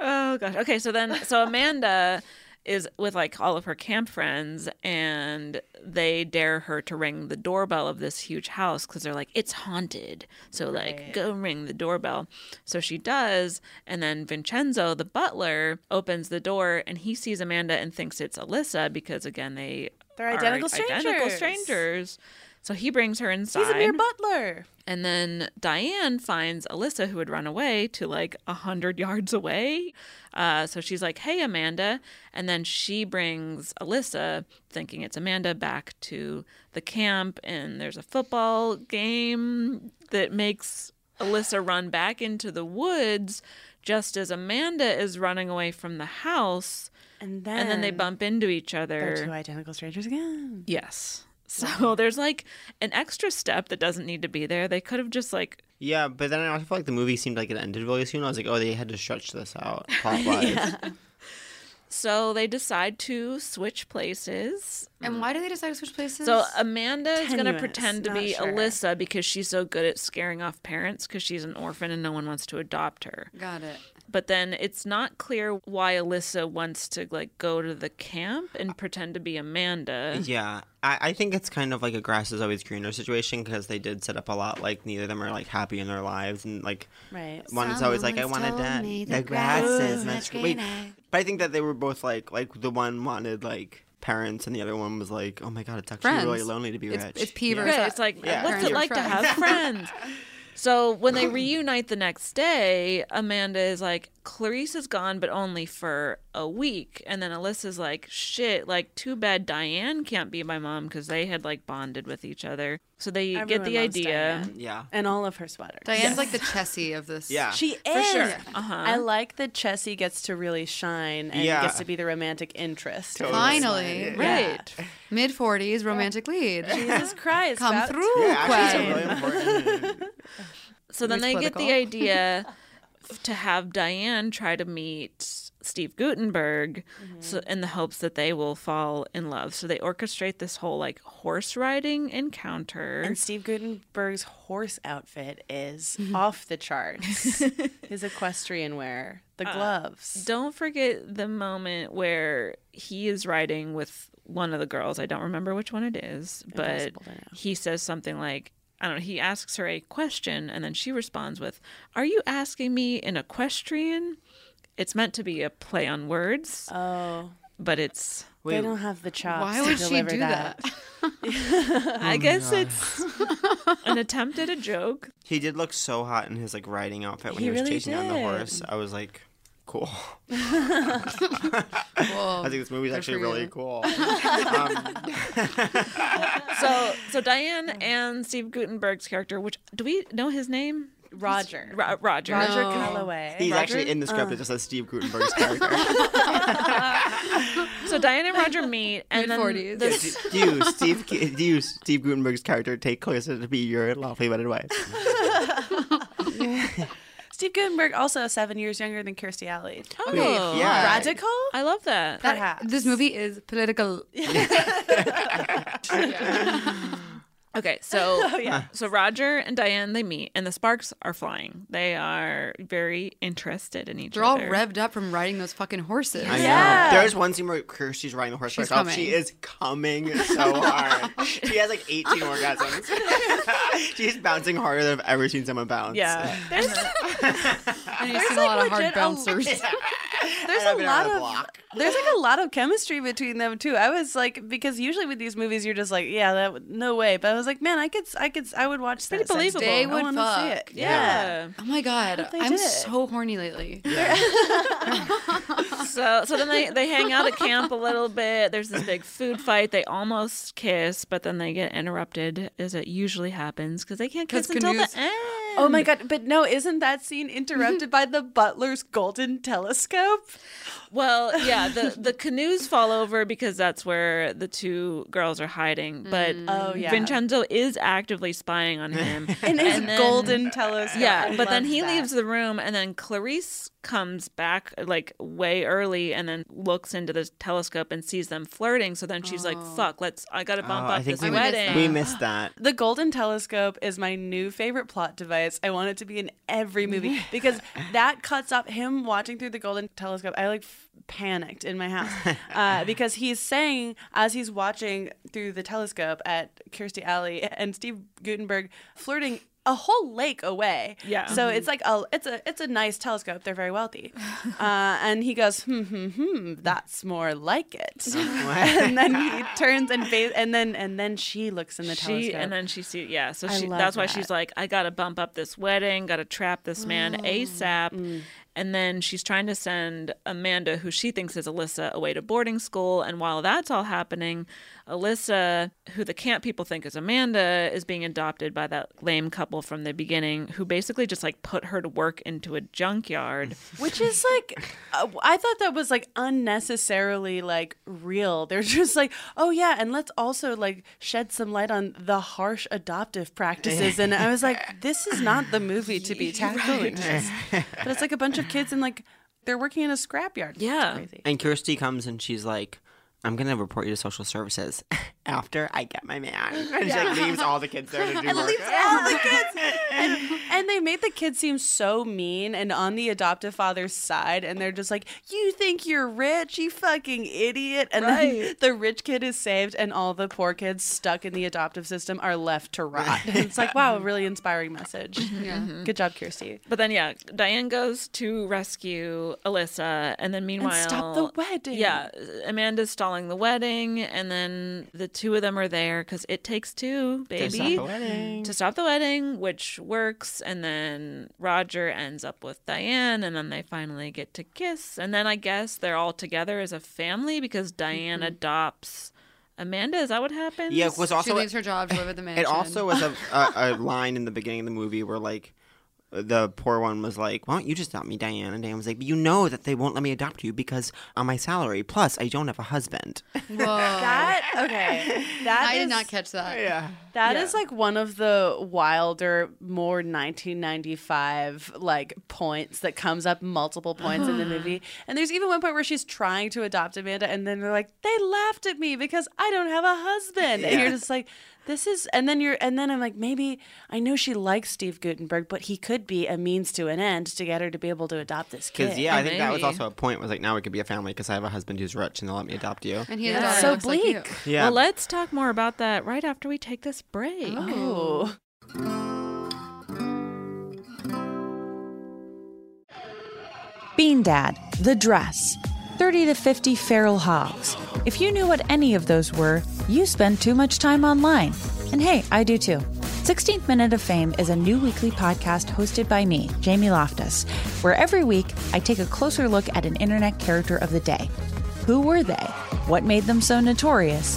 Oh gosh. Okay, so then so Amanda is with like all of her camp friends and they dare her to ring the doorbell of this huge house cuz they're like it's haunted. So like go ring the doorbell. So she does and then Vincenzo the butler opens the door and he sees Amanda and thinks it's Alyssa because again they
They're
are
identical
Identical
strangers.
strangers. So he brings her inside.
He's a mere butler.
And then Diane finds Alyssa, who had run away to like a hundred (laughs) yards away. Uh, so she's like, "Hey, Amanda," and then she brings Alyssa, thinking it's Amanda, back to the camp. And there's a football game that makes Alyssa run back into the woods, just as Amanda is running away from the house.
And then
And then they bump into each other.
They're two identical strangers again.
Yes. So (laughs) there's like an extra step that doesn't need to be there. They could have just like
Yeah, but then I also feel like the movie seemed like it ended really soon. I was like, oh, they had to stretch this out plot wise.
so they decide to switch places.
And why do they decide to switch places?
So Amanda is going to
Tenuous,
pretend to
not
be
sure.
Alyssa because she's so good at scaring off parents because she's an orphan and no one wants to adopt her.
Got it.
But then it's not clear why Alyssa wants to like go to the camp and pretend to be Amanda.
Yeah, I, I think it's kind of like a grass is always greener situation because they did set up a lot. Like neither of them are like happy in their lives, and like
Right.
one is always like, "I want to die." The grass is much greener. but I think that they were both like, like the one wanted like parents, and the other one was like, "Oh my god, it's actually really
Friends.
lonely to be
It's,
rich."
it's P versus
Right. It's like,
Yeah.
what's
Friends
it
are
like to
friends.
have friends? So when they reunite the next day, Amanda is like, Clarice is gone, but only for a week. And then Alyssa's like, shit, like, too bad Diane can't be my mom because they had like bonded with each other. So they get
Everyone
the
loves
idea.
Diane.
yeah.
And all of her sweaters.
Diane's like the Chessie of this.
Yeah. Uh-huh.
She is. I like that Chessie gets to really shine and
Yeah.
gets to be the romantic interest.
Totally.
Finally,
Right.
mid 40s, romantic lead.
(laughs) Jesus
(laughs)
Christ.
Come
that-
through.
Yeah, actually,
Quinn.
it's really important.
So then
It's
they get the
political.
(laughs)
idea f- to have Diane try to meet Steve Gutenberg
Mm-hmm.
so, in the hopes that they will fall in love. So they orchestrate this whole like horse riding encounter.
And Steve Gutenberg's horse outfit is
Mm-hmm.
off the charts.
(laughs)
His equestrian
Uh,
Uh,
wear, the gloves.
Don't forget the moment where he is riding with one of the girls. I don't remember which one it is, but
Impossible to know.
he says something like, I don't know, he asks her a question and then she responds with, Are you asking me an equestrian? It's meant to be a play on words,
Oh,
but it's,
they don't have the chops.
Why
to
would she
deliver
do that?
(laughs)
(laughs)
Oh
I guess it's (laughs) an attempt at a joke.
He did look so hot in his like riding outfit when
He
he, was
really
chasing down the
did.
horse. I was like, cool.
Oh,
I think this movie's actually
for
really
you.
cool. um,
So, so
(laughs)
Diane and Steve Gutenberg's character, which do we know his name?
Roger.
Ro- Roger. Uh.
Roger
No.
Calloway. Uh.
he's actually in the script that just says Steve
(laughs)
Gutenberg's character.
So Diane and Roger meet, and then
40s.
the
do, do you, Steve? Do you, Steve Gutenberg's character, take Clarissa to be your lawfully wedded wife?
Steve Gutenberg, also seven years younger than Kirstie Alley.
Oh.
Wait, yeah.
Radical?
I love that.
Perhaps.
This movie is
(laughs)
political.
(laughs) Okay, so
(laughs)
so Roger and Diane they meet, and the sparks are flying. They are very interested in each
They're all
other.
revved up from riding those fucking horses.
I know.
Yeah.
There's one scene where Kirsty's riding the horse
She's
by herself. She
coming.
is coming so hard. (laughs) she has like
(laughs)
18 orgasms. She's bouncing harder than I've ever seen someone bounce. (laughs)
Yeah,
(laughs)
And you've seen a lot of hard
legit a-
bouncers. (laughs)
There's
I've
a
been
lot
around the
of
block.
there's like a lot of chemistry between them too. I was like because usually with these movies you're just like yeah that would- no way, but I was like man I could s- I could s- I would watch that.
Pretty
sex
believable.
tape.
They
I
would
wanna see
fuck.
it. Yeah.
yeah.
Oh my god,
they
I'm
did.
so horny lately.
So so then they they hang out at camp a little bit. There's this big food fight. They almost kiss, but then they get interrupted, as it usually happens, because they can't
'Cause
kiss until the
canoes-
end.
Oh my god! But no, isn't that scene
(laughs)
interrupted by the butler's golden telescope?
Well, (laughs)
(laughs)
yeah, the (laughs) the canoes fall over because that's where the two girls are hiding. But
Oh, yeah.
Vincenzo is actively spying on him.
(laughs) And his
And then-
golden telescope.
Yeah,
I
but then
love
he
that.
leaves the room, and then Clarice comes back like way early, and then looks into the telescope and sees them flirting. So then she's like, "Fuck, let's! I gotta
Oh,
bump
I
up
think
this
we,
missed
wedding."
we missed that.
The golden telescope is my new favorite plot device. I want it to be in every movie because that cuts off him watching through the golden telescope. I like f- panicked in my house uh, because he's saying as he's watching through the telescope at Kirstie Alley and Steve Gutenberg flirting a whole lake away.
Yeah.
So it's like a it's a it's a nice telescope. They're very wealthy. Uh, and he goes, hmm, hmm, hmm. That's more like it. (laughs) and then he turns and fa- and then and then she looks in the
she
telescope.
and then she see yeah so
I
she
love
that's why
that.
she's like i gotta bump up this wedding gotta trap this man
Oh,
asap
mm.
and then she's trying to send amanda who she thinks is alyssa away to boarding school and while that's all happening alyssa who the camp people think is amanda is being adopted by that lame couple from the beginning who basically just like put her to work into a junkyard
(laughs) which is like uh, i thought that was like unnecessarily like real they're just like oh yeah and let's also like shed some light on the harsh adoptive practices and i was
(laughs)
like this is not the movie to
(laughs)
be tackling this. but it's like a bunch of kids and like they're working in a scrapyard
Yeah.
it's crazy.
And Kirsty comes and she's like, I'm gonna report you to social services (laughs) after I get my man.
(laughs)
(laughs) And she like leaves all the kids there to do work.
all
(laughs)
the kids. And, and they made the kids seem so mean and on the adoptive father's side. And they're just like, You think you're rich, you fucking idiot. And then the rich kid is saved, and all the poor kids stuck in the adoptive system are left to
(laughs)
rot. And it's like, wow, a really inspiring message.
Mm-hmm.
Good job, Kirsty.
but then yeah diane goes to rescue alyssa and then meanwhile
stop the wedding.
yeah amanda's stalling the wedding and then the two of them are there because it takes two baby
stop the wedding.
to stop the wedding, which works and then roger ends up with diane and then they finally get to kiss and then i guess they're all together as a family because diane adopts amanda is that what happens
Yeah, it was
Mm-hmm. She
also
leaves her job to live at the mansion.
(laughs) It also was a, a, a line in the beginning of the movie where like the poor one was like, "Why don't you just adopt me, Diane?" And Diane was like, "But you know that they won't let me adopt you because on my salary plus I don't have a husband."
Whoa.
(laughs) That,
(laughs)
okay. That
I did
is-
not catch that.
That is like one of the wilder, more 1995 like points that comes up multiple points
(gasps)
in the movie. And there's even one point where she's trying to adopt Amanda, and then they're like, "They laughed at me because I don't have a husband," and you're just like. This is, and then you're, and then I'm like, maybe I know she likes Steve Gutenberg, but he could could be a means to an end to get her to be able to adopt this kid.
Because yeah, I think that was
maybe.
also a point. Was like now we could be a family because I have a husband who's rich and they'll let me adopt you.
And he has a
That's
daughter
so
who looks like you.
bleak.
Yeah.
Well, let's talk more about that right after we take this break.
Oh.
Bean Dad, The Dress, 30 to 50 Feral Hogs. If you knew what any of those were, you spend too much time online. And hey, I do too. 16th Minute of Fame is a new weekly podcast hosted by me, Jamie Loftus, where every week I take a closer look at an internet character of the day. Who were they? What made them so notorious?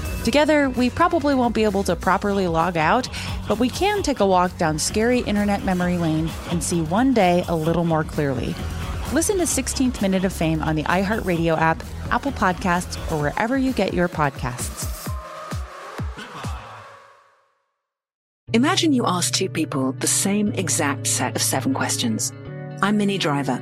Together, we probably won't be able to properly log out, but we can take a walk down scary internet memory lane and see one day a little more clearly. Listen to 16th Minute of Fame on the iHeartRadio app, Apple Podcasts, or wherever you get your podcasts.
Imagine you ask two people the same exact set of seven questions. I'm Minnie Driver,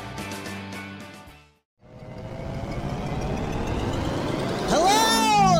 Hello,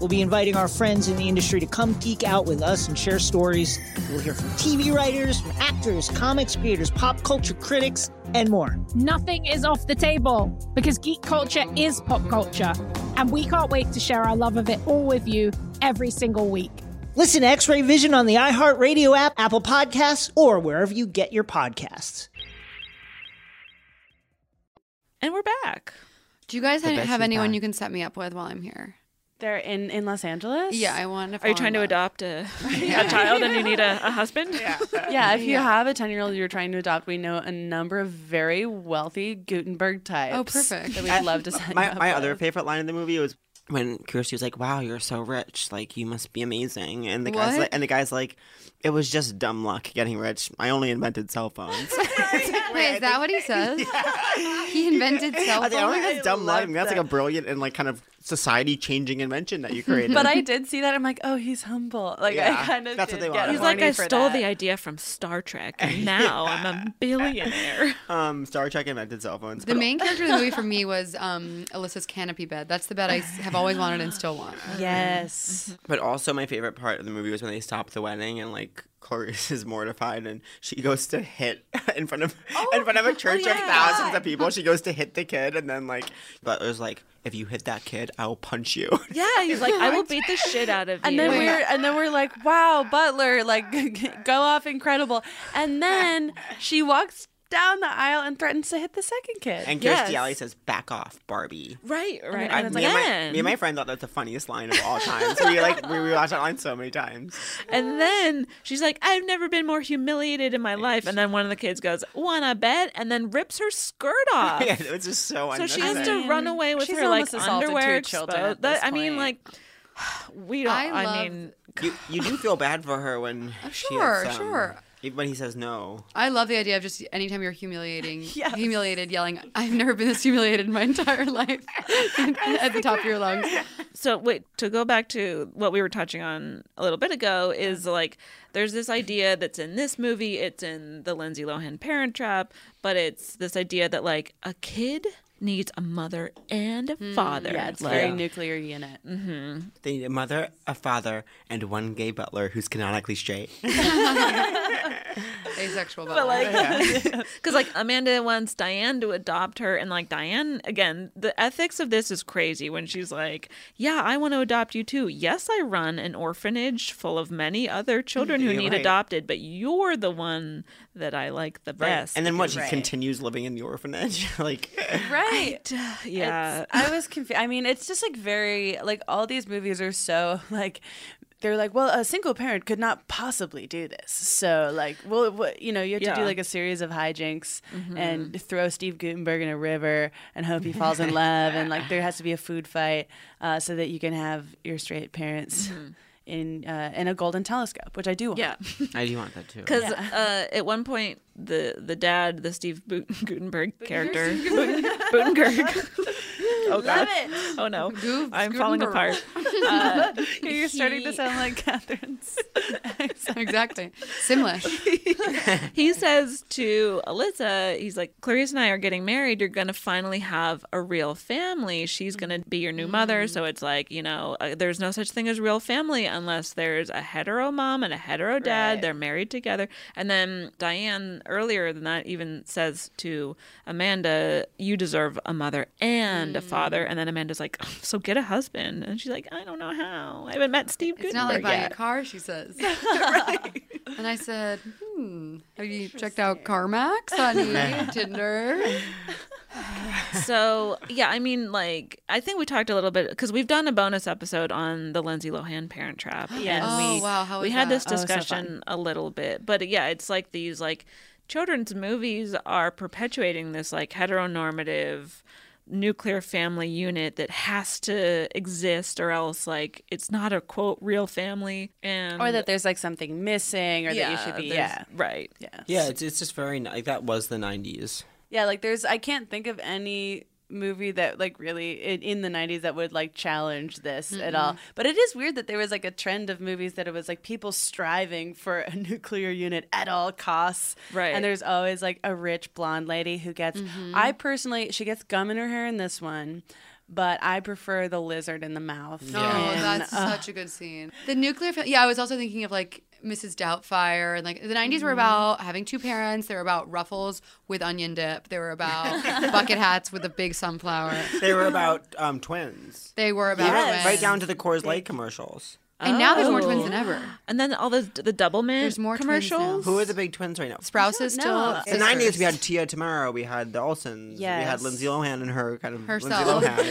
we'll be inviting our friends in the industry to come geek out with us and share stories. We'll hear from TV writers, from actors, comics creators, pop culture critics, and more.
Nothing is off the table because geek culture is pop culture. And we can't wait to share our love of it all with you every single week.
Listen to X Ray Vision on the iHeartRadio app, Apple Podcasts, or wherever you get your podcasts.
And we're back.
Do you guys
The
ha-
best
have
you
anyone
can.
you can set me up with while I'm
(laughs)
here?
They're in, in Los Angeles?
Yeah, I want to.
Are you trying to adopt a, a child and you need a, a husband? (laughs) Yeah.
Yeah, if you have a 10 year old you're trying to adopt, we know a number of very wealthy Gutenberg types.
Oh, perfect.
That we'd love to send
My
up
my
with.
other favorite line in the movie was when Kirsty was like, "Wow, you're so rich. Like you must be amazing." And the guy's
What?
like, and the guy's like, "It was just dumb luck getting rich. I only invented cell phones."
Wait, is that
(laughs)
what he says? (laughs) He invented cell
I think I only
phones.
had dumb luck. and That's like a brilliant and like kind of society-changing invention
(laughs)
that you created.
But I did see that. I'm like, oh, he's humble. Like, I
Yeah,
kind of.
that's what
did
they
get
want.
He's like,
horny
I
for
stole
that.
the idea from
(laughs)
Star Trek, and now I'm a billionaire.
um, Star Trek invented cell phones.
The
but
main character of the movie for me was um, Alyssa's canopy bed. That's the bed I s- have always wanted and still want.
Yes.
But also, my favorite part of the movie was when they stopped the wedding and like Clarice (laughs) is mortified and she goes to hit (laughs) in front of
Oh,
in front of a church of thousands of
(laughs)
people. She goes to hit the kid and then like Butler's like, if you hit that kid, I will punch you. (laughs)
Yeah, he's like, I will beat the shit out of
And
you.
then we're and then we're like, wow, Butler, like, (laughs) go off, incredible. And
(laughs)
then she walks down the aisle and threatens to hit the second kid.
And Kirstie
Yes.
Alley says, "Back off, Barbie."
right, right.
I-
And
me, and my,
then,
me and my friend thought that was the funniest line of all time. So we like we rewatched that line so many
(laughs)
times.
and then she's like, I've never been more humiliated in my life. And then one of the kids goes, "Wanna bet?" And then rips
(laughs)
her skirt off.
Yeah, it was just so.
So she has
unnecessary.
to run away with
She's
her like
almost assaulted two
underwear
children
exposed.
at this
That- I mean,
point.
like (sighs) We don't. I,
love-
mean,
You, you do feel bad for her when she
sure,
gets, um,
sure.
Even when he says no.
I love the idea of just anytime you're
(laughs)
humiliating, humiliated, yelling, I've never been this humiliated in my entire
(laughs)
life (laughs) at the top of your lungs.
so wait to go back to what we were touching on a little bit ago is like there's this idea that's in this movie. It's in the Lindsay Lohan Parent Trap, but it's this idea that like a kid needs a mother and a father.
Hmm, yeah, it's
Like,
very nuclear unit.
hmm
They need a mother, a father, and one gay butler who's canonically
(laughs)
straight.
Asexual
But like, (laughs)
(laughs) Yeah.
(laughs)
because like Amanda wants Diane to adopt her, and like Diane again, the ethics of this is crazy. When she's like, "Yeah, I want to adopt you too. Yes, I run an orphanage full of many other children who
(laughs) You're
need
right.
adopted, but you're the one that I like the
Right.
best."
And then what? She
because-
continues living in the orphanage. (laughs)
(laughs)
like,
right
yeah.
i was confused i mean it's just like very like all these movies are so (laughs) like they're like well a single parent could not possibly do this so like well what, you know you have to do
Yeah.
like a series of hijinks
Mm-hmm.
and throw steve gutenberg in a river and hope he falls in love and like there has to be a food fight uh, so that you can have your straight parents in uh, in a golden telescope which i do want
Mm-hmm.
(laughs)
Yeah.
I do want that too.
Because uh, at one point, the the dad, the Steve Bu- (laughs) Gutenberg character, (laughs)
Steve
Gutenberg. oh
(laughs) Love
God!
it.
Oh no!
Goof
I'm falling
Gutenberg. (laughs)
apart. Uh,
You're starting to
he-
sound like (laughs) Catherine's.
(laughs) exactly. Simlish.
he says to Alyssa, he's like, Clarice and I are getting married. You're going to finally have a real family. She's going to be your new mother.
Mm-hmm.
So it's like, you know, uh, there's no such thing as real family unless there's a hetero mom and a hetero dad. They're married together. And then Diane, earlier than that, even says to Amanda, You deserve a mother and a
Mm.
father. And then Amanda's like, So get a husband. And she's like, (laughs) I don't know how. I haven't met Steve
It's not like
Gutenberg
buying a
yet.
car, she
(laughs)
says. And I said, hmm, have you checked out CarMax,
(laughs)
(laughs) honey? Tinder?
so yeah i mean like i think we talked a little bit because we've done a bonus episode on the lindsay lohan
(gasps)
parent trap
Yes.
and we,
Oh, wow, how
we
was
had
that?
this
Oh, so fun.
discussion a little bit but yeah it's like these like children's movies are perpetuating this like heteronormative nuclear family unit that has to exist or else like it's not a quote real family and
or that there's like something missing or that you should be
there's-
yeah
right yeah
yeah, it's, it's just very, like, that was the 90s.
yeah like there's i can't think of any movie that like really in, in the 90s that would like challenge this at all
Mm-mm.
but it is weird that there was like a trend of movies that it was like people striving for a (laughs) nuclear unit at all costs
Right.
and there's always like a rich blonde lady who gets
Mm-hmm.
Mhm.
i personally she gets gum in her hair in this one but I prefer the lizard in the mouth.
Oh,
in,
that's
uh,
such a good scene. The nuclear family. Yeah, I was also thinking of like Mrs. Doubtfire and like the 90s were
Mm-hmm.
Mhm.
about having two parents. They were about ruffles with onion dip. They were
(laughs)
about bucket hats with a big sunflower.
They were about um, twins.
They were about
Yeah, right
twins.
down to the Coors Light commercials.
And now there's more twins than
Oh.
ever.
and then all those the double man
There's more twins now.
commercials
Who are the big twins right now?
Sprouse is still
In the 90s, we had Tia Tamara, we had the Olsons, we had
Yes.
Lindsay Lohan and her kind of
Herself.
Lindsay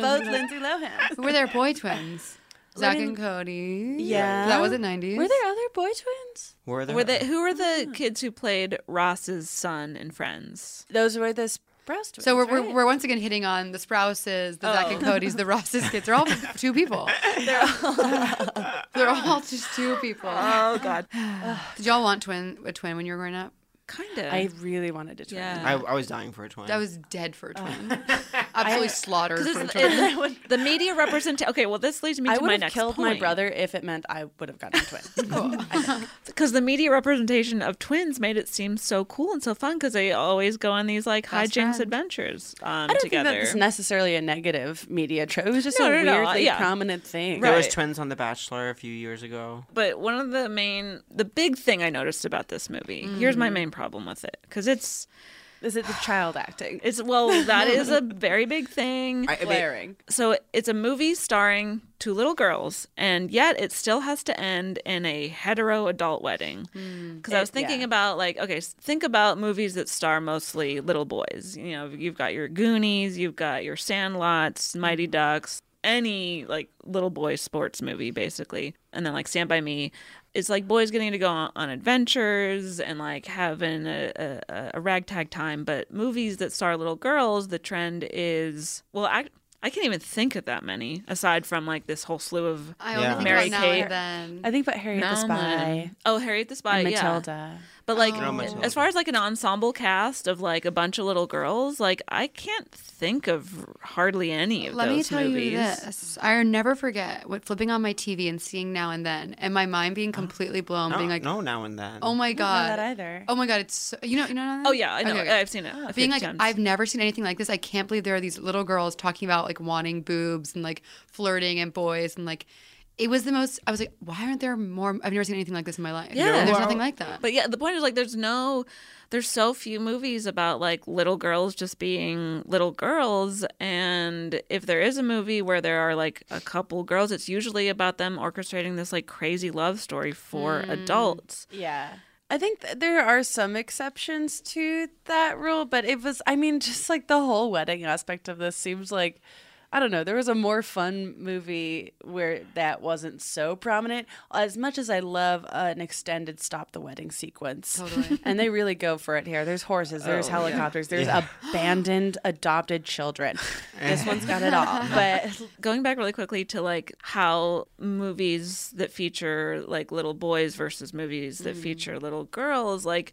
(laughs)
(laughs)
Both Lindsay Lohan.
Who were their boy twins? Zach and Cody.
Yeah.
That was in 90s.
Were there
other boy twins?
Were there?
Were they, who were the
Hmm.
kids who played Ross's son in Friends?
Those were the Sprouse twins.
So we're, we're, we're once again hitting on the Sprouses, the Zach and
Oh.
Cody's, the Rosses kids. They're all two people. They're all, (laughs) they're all just two people.
Oh, God.
(sighs) Did y'all want twin a twin when you were growing up?
Kind of.
I really wanted a twin.
I, I was dying for a twin.
I was dead for a
Oh.
twin. Absolutely slaughtered
'Cause
for a
it's-
twin.
(laughs) it- the media represent. Okay, well, this leads me
I
to my
would have
next
killed my
point.
brother if it meant I would have gotten a twin.
(laughs) because the media representation of twins made it seem so cool and so fun because they always go on these like
Best
hijinks
friend.
adventures
I
um,
don't
together.
think that's necessarily a negative media trope. It was just
No,
a
no, no,
weirdly
yeah.
prominent thing.
There was twins on The Bachelor a few years ago.
But one of the main, the big thing I noticed about this movie, here's my
Mhm.
main problem with it, because it's.
Is it the child acting?
It's well, that
(laughs)
is a very big thing.
I mean- Glaring.
so it's a movie starring two little girls, and yet it still has to end in a hetero adult wedding. Because
Hmm.
I
It-
was thinking about like, okay, s- think about movies that star mostly little boys. You know, you've got your Goonies, you've got your Sandlots, Mighty
Mm-hmm.
Ducks, any like little boy sports movie basically, and then like Stand by Me. It's like boys getting to go on, on adventures and like having a, a, a ragtag time. But movies that star little girls, the trend is well, ac I can't even think of that many aside from like this whole slew of
I only think
Mary
about
Kate.
Nala then.
I think about Harriet the Spy.
Oh, Harriet the Spy.
And
yeah.
Matilda.
But like,
Oh. Matilda.
as far as like an ensemble cast of like a bunch of little girls, like I can't think of hardly any
(laughs)
of
Let me
those
tell
movies.
you this. I never forget what flipping on my TV and seeing now and then, and my mind being completely blown,
No,
Oh, being like,
no, now and then.
"Oh
Hmm.
my
I
god!"
don't know that either.
Oh my god! It's so, you know you know. Now and
Oh,
Then?
yeah, I know
Okay,
it.
okay.
I've seen it a few
Being like,
times.
I've never seen anything like this. I can't believe there are these little girls talking about like wanting boobs and like flirting and boys and like. It was the most. I was like, why aren't there more? I've never seen anything like this in my life.
Yeah.
there's
Well-
nothing like that.
But yeah, the point is like there's no there's so few movies about like little girls just being little girls and if there is a movie where there are like a couple girls it's usually about them orchestrating this like crazy love story for
Mm.
adults.
Yeah. I think th- there are some exceptions to that rule, but it was, I mean, just like the whole wedding aspect of this seems like, I don't know, there was a more fun movie where that wasn't so prominent. As much as I love uh, an extended stop the wedding sequence,
Totally.
(laughs) and they really go for it here. There's horses, there's
Oh, yeah.
helicopters, there's
Yeah.
abandoned adopted children. This one's got it (laughs) all,
(laughs)
but
Going back really quickly to like how movies that feature like little boys versus movies that feature little girls like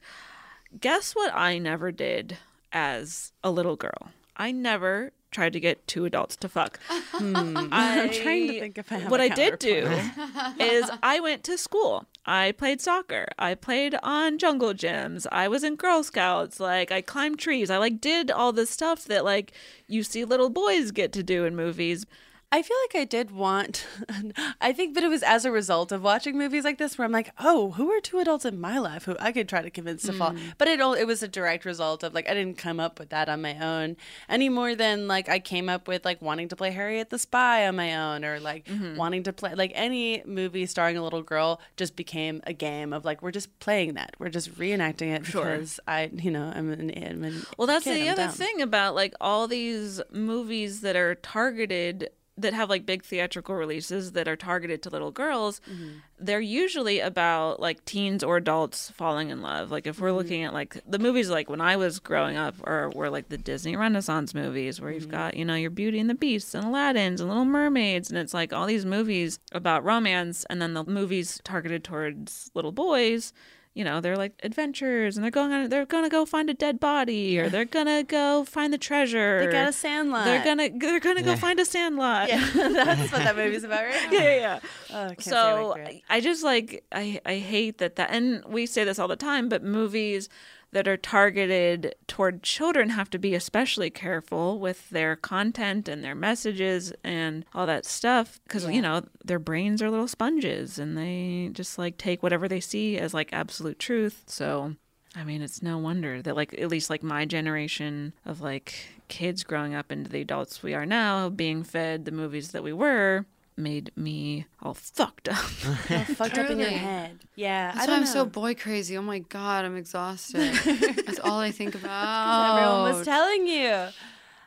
guess what I never did as a little girl? I never tried to get two adults to fuck.
Mm-hmm.
I,
hmm, (laughs) I'm trying to think if I have
what
a
I did
(laughs)
do
counterpoint.
is I went to school. I played soccer. I played on jungle gyms. I was in Girl Scouts. Like I climbed trees. I like did all this stuff that like you see little boys get to do in movies.
I feel like I did want, (laughs) I think, but it was as a result of watching movies like this where I'm like, oh, who are two adults in my life who I could try to convince to
Mm.
fall? But it all, it was a direct result of like, I didn't come up with that on my own any more than like I came up with like wanting to play Harriet the Spy on my own or like
Mm-hmm.
wanting to play like any movie starring a little girl just became a game of like, we're just playing that. We're just reenacting it
Sure.
because I, you know, I'm an, I'm an
Well, that's
kid,
the
I'm
other
dumb.
thing about like all these movies that are targeted that have like big theatrical releases that are targeted to little girls. They're usually about like teens or adults falling in love. Like if we're
Mm-hmm.
looking at like the movies like when I was growing up or were like the Disney Renaissance movies where
Mm-hmm.
you've got, you know, your Beauty and the Beast and Aladdin's and Little Mermaids and it's like all these movies about romance and then the movies targeted towards little boys you know they're like adventures and they're going on they're gonna go find a dead body or they're gonna go find the treasure
They got a sandlot.
they're gonna they're gonna go find a sandlot (laughs)
Yeah, (laughs) that's what that movie's about, (laughs) right?
yeah, yeah.
Oh, I can't say I
so
agree.
I, I just like I I hate that that and we say this all the time, but movies that are targeted toward children have to be especially careful with their content and their messages and all that stuff because you know their brains are little sponges and they just like take whatever they see as like absolute truth. So I mean, it's no wonder that, like, at least like my generation of like kids growing up into the adults we are now, being fed the movies that we were, made me all fucked up.
(laughs) All fucked up in your
Truly.
head. Yeah,
That's
I
why
don't
I'm
know.
so boy crazy. Oh my god,
(laughs)
I'm exhausted. That's all I think about.
Everyone was telling you.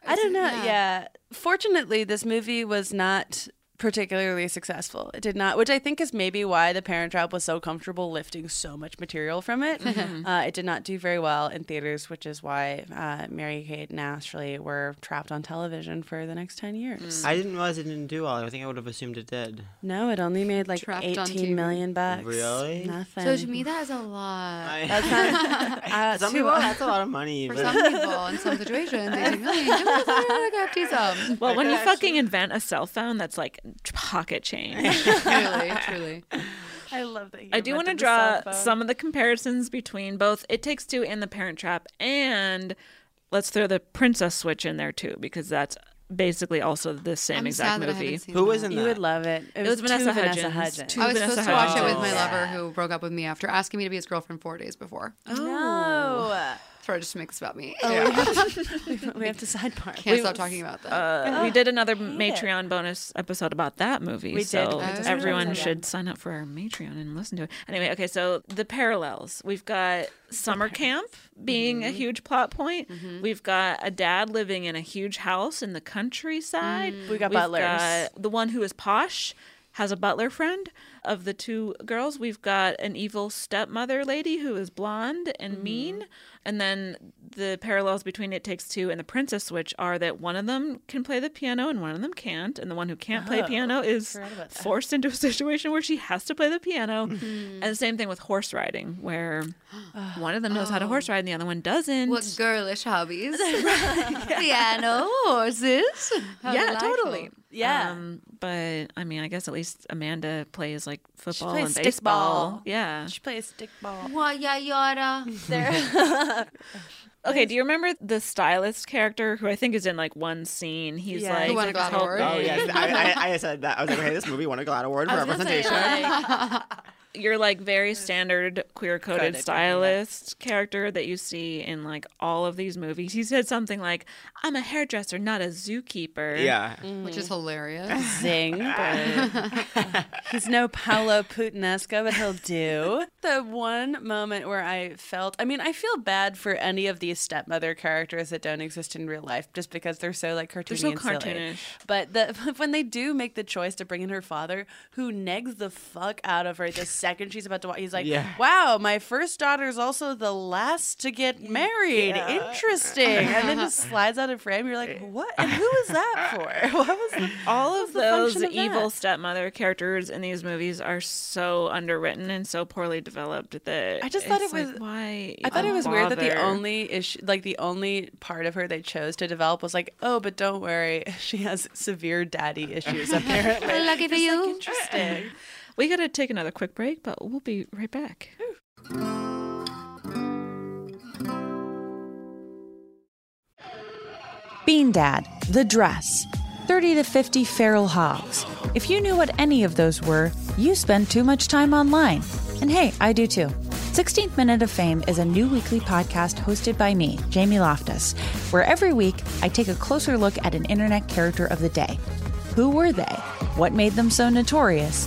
I don't know. Yeah.
yeah.
Fortunately, this movie was not particularly successful. It did not, which I think is maybe why The Parent Trap was so comfortable lifting so much material from it. Uh, it did not do very well in theaters, which is why uh, Mary Kate and Ashley were trapped on television for the next 10 years.
I didn't realize it didn't do well. I think I would have assumed it did.
No, it only made like
Trapped
18
on TV.
million bucks.
Really?
Nothing.
So to me, that is a lot.
That's
(laughs)
Uh,
some
two-
people, that's a lot
(laughs)
of money.
For
but-
some people, in some situations, 18 (laughs) million is a capitalism.
well, when you fucking invent a cell phone that's like
(laughs)
pocket change,
truly, truly.
I love that. You
I do want to
invented the cell
draw
phone.
some of the comparisons between both It Takes Two and The Parent Trap, and let's throw the Princess Switch in there too, because that's basically also the same
I'm sad
exact
that I
movie.
haven't seen
Who
that.
was in
You
that?
would love it. It,
was
two
Vanessa
Vanessa
Hudgens.
Hudgens.
Two-
I was
Vanessa
supposed to watch it with my
Hudgens.
lover who broke up with me after asking me to be his girlfriend four days before.
Oh.
Oh.
No.
Sorry, just to make this about me.
(laughs)
we Oh, have to (laughs) sidebar.
Can't stop talking about that.
Uh, we did another Matreon bonus episode about that movie.
We did.
so
We
just
did
everyone
that.
should sign up for our Matreon and listen to it. Anyway, okay, so the parallels. We've got summer camp being
Mm-hmm.
a huge plot point. We've got a dad living in a huge house in the countryside.
Mm. We got
We've
butlers.
got the one who is posh. has a butler friend. Of the two girls, we've got an evil stepmother lady who is blonde and
Mm-hmm.
mean. And then the parallels between It Takes Two and The Princess Switch are that one of them can play the piano and one of them can't. And the one who can't play
Oh,
piano is
forgot about that. Mm-hmm.
forced into a situation where she has to play the piano.
Mhm.
And the same thing with horse riding,
(gasps)
where one of them knows how to
Oh.
horse ride and the other one doesn't.
What girlish
(laughs)
hobbies? Piano, horses. How
yeah,
delightful.
totally.
(laughs) Yeah.
Um, but I mean, I guess at least Amanda plays like football
plays
and baseball.
stickball.
Yeah.
Uh, She plays stickball.
Why,
(laughs)
yeah, yada.
There.
Okay. Do you remember the stylist character who I think is in like one scene? He's
Yeah.
like,
Who won a Glad
help
Award?
me.
Oh
(laughs)
yes, I, I, I said that. I was like, hey, this movie won a Glad Award for
I was gonna say,
representation.
like,
(laughs) You're like very standard queer
Coded,
coded
yeah.
stylist character that you see in like all of these movies. He said something like, "I'm a hairdresser, not a zookeeper." Mm.
yeah.
which is hilarious.
(laughs)
Zing. He's no Paolo Putinesco, but he'll do. The one moment where I felt, I mean, I feel bad for any of these stepmother characters that don't exist in real life just because they're so like cartoony
They're so
and silly.
cartoonish.
But the, (laughs) when they do make the choice to bring in her father, who negs the fuck out of
(laughs)
her the second she's about to walk, he's like,
Yeah.
wow, my first daughter's also the last to get married. Interesting. And then
(laughs)
just slides out of frame. You're like, what? And who is that for? What was the
all of
the function
those
of
evil
that?
stepmother characters in these movies are so underwritten and so poorly developed that
I just thought
it's
it
like,
was-
why
I thought it was weird that the
bother? (laughs)
only issue, like the only part of her they chose to develop was like, oh, but don't worry, (laughs) she has severe daddy
(laughs)
issues apparently.
Lucky for you.
Interesting.
we gotta take another quick break, but we'll be right back.
Bean Dad, The Dress, 30 to 50 Feral Hogs. If you knew what any of those were, you spend too much time online. And hey, I do too. 16th Minute of Fame is a new weekly podcast hosted by me, Jamie Loftus, where every week I take a closer look at an internet character of the day. Who were they? What made them so notorious?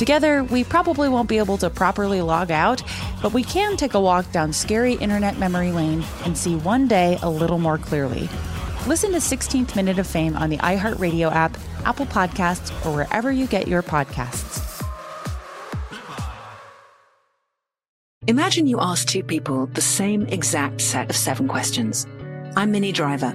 Together, we probably won't be able to properly log out, but we can take a walk down scary internet memory lane and see one day a little more clearly. Listen to 16th Minute of Fame on the iHeartRadio app, Apple Podcasts, or wherever you get your podcasts.
Imagine you ask two people the same exact set of seven questions. I'm Mini Driver,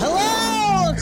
Hello,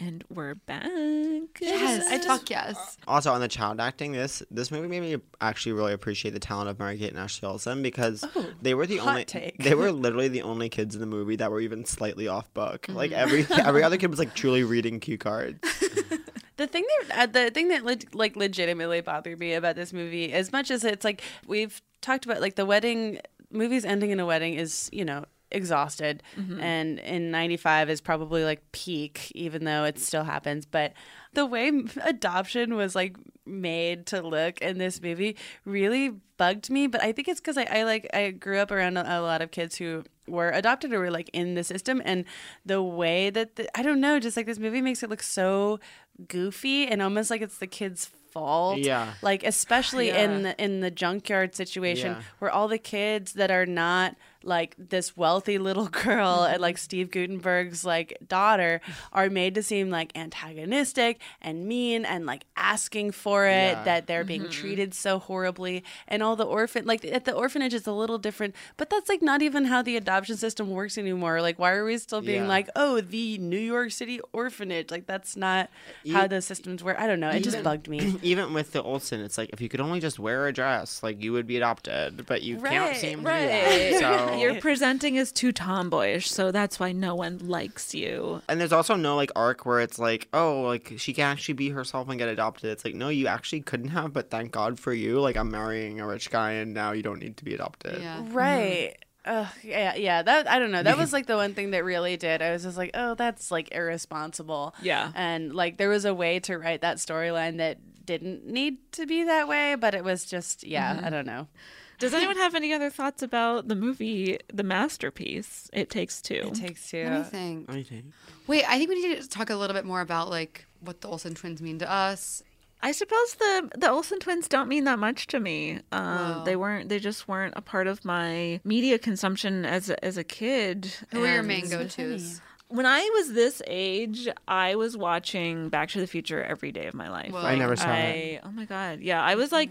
And we're back. Yes,
I fuck yes.
Also on the child acting, this this movie made me actually really appreciate the talent of Mary Kate and Ashley Olsen because
Oh,
they were the
hot
only
take.
they were literally the only kids in the movie that were even slightly off book.
Mm-hmm.
Like every every other kid was like truly reading cue cards.
The thing that uh, the thing that leg- like legitimately bothered me about this movie, as much as it's like we've talked about, like the wedding movies ending in a wedding is you know exhausted,
Mhm.
and in '95 is probably like peak, even though it still happens. But the way adoption was like made to look in this movie really bugged me. But I think it's because I, I like I grew up around a, a lot of kids who were adopted or were like in the system and the way that the, I don't know just like this movie makes it look so goofy and almost like it's the kids fault
Yeah.
like especially in
Yeah.
the in the junkyard situation
Yeah.
where all the kids that are not like this wealthy little (laughs) girl and like Steve Gutenberg's like daughter are made to seem like antagonistic and mean and like asking for it
Yeah.
that they're being
Mhm.
treated so horribly and all the orphan like at the orphanage it's a little different but that's like not even how the adoption system works anymore like why are we still being
Yeah.
like oh the New York City orphanage like that's not how
E-
the systems work I don't know it just
Even-
bugged me
(clears throat) Even with the Olsen, it's like if you could only just wear a dress, like you would be adopted, but you can't seem
(laughs)
to
(laughs)
do that. So.
You're presenting as too tomboyish, so that's why no one likes you.
And there's also no like arc where it's like, oh, like she can actually be herself and get adopted. It's like, no, you actually couldn't have, but thank God for you. Like I'm marrying a rich guy and now you don't need to be adopted.
Mm-hmm. Right. Ugh, yeah, yeah. That I don't know. That (laughs) was like the one thing that really did. I was just like, oh, that's like irresponsible.
Yeah.
And like there was a way to write that storyline that didn't need to be that way, but it was just yeah, I
Mhm.
don't know.
Does anyone have any other thoughts about the movie, the masterpiece? It takes two. It
takes two.
Let me think. Wait, I think we need to talk a little bit more about like what the Olsen twins mean to us.
I suppose the the Olsen twins don't mean that much to me. Um,
Wow.
they weren't. They just weren't a part of my media consumption as a, as a kid.
Who were your
And-
main go-tos?
When I was this age, I was watching Back to the Future every day of my life.
Whoa. I never saw
I- Oh my god! Yeah, I was like,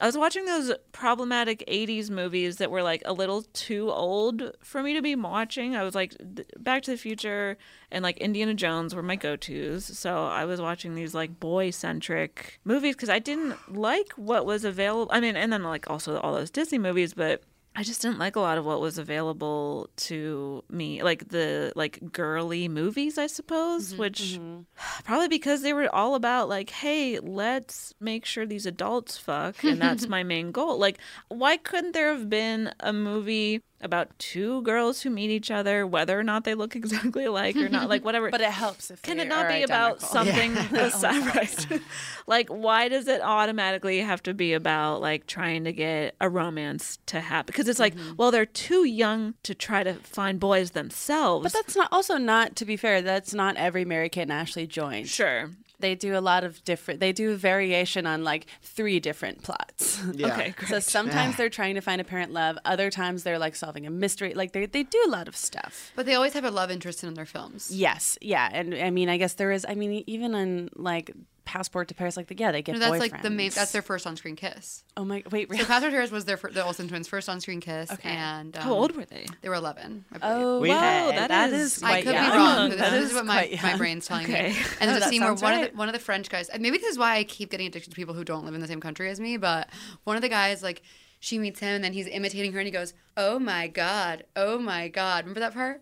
I was watching those problematic '80s movies that were like a little too old for me to be watching. I was like, th- Back to the Future and like Indiana Jones were my go-tos, so I was watching these like boy-centric movies because I didn't like what was available. I mean, and then like also all those Disney movies, but I just didn't like a lot of what was available to me, like the like girly movies, I suppose, which (sighs) probably because they were all about like, hey, let's make sure these adults fuck, and that's my main goal. Like, why couldn't there have been a movie about two girls who meet each other, whether or not they look (laughs) exactly alike or
(laughs)
not, like whatever?
But it helps if
can
they
it not
are
be about
identical. (laughs)
something
Yeah.
besides? right. like, why does it automatically have to be about like trying to get a romance to happen? Because it's like,
Mm-hmm.
well, they're too young to try to find boys themselves.
But that's not Uh, also not to be fair. That's not every Mary Kate and Ashley joint.
Sure,
they do a lot of different. They do variation on like three different
(laughs)
plots.
Yeah. Okay,
So
great.
sometimes
Yeah.
they're trying to find a parent love. Other times they're like solving a mystery. Like they they do a lot of stuff.
But they always have a love interest in their films.
Yes, yeah, and I mean, I guess there is. I mean, e, even in like Passport to Paris, like the, yeah, they get
No, that's
boyfriends.
like the main. That's their first on-screen kiss.
Oh my! Wait,
really? So Passport Tears was their fir- the Olsen twins' first on-screen kiss.
Okay.
And um,
How old were
they?
They were eleven. I believe.
Oh, Wait. wow, that
That
is
I
quite
could
young.
be wrong. But
That
this
is
is what my,
quite
my
young.
brain's telling
Okay.
me.
(laughs) No,
And there's
that
a scene where
sounds
one of
right.
the one of the French guys. and Maybe this is why I keep getting addicted to people who don't live in the same country as me. But one of the guys like. She meets him and then he's imitating her and he goes, Oh my God, oh my God. Remember that part?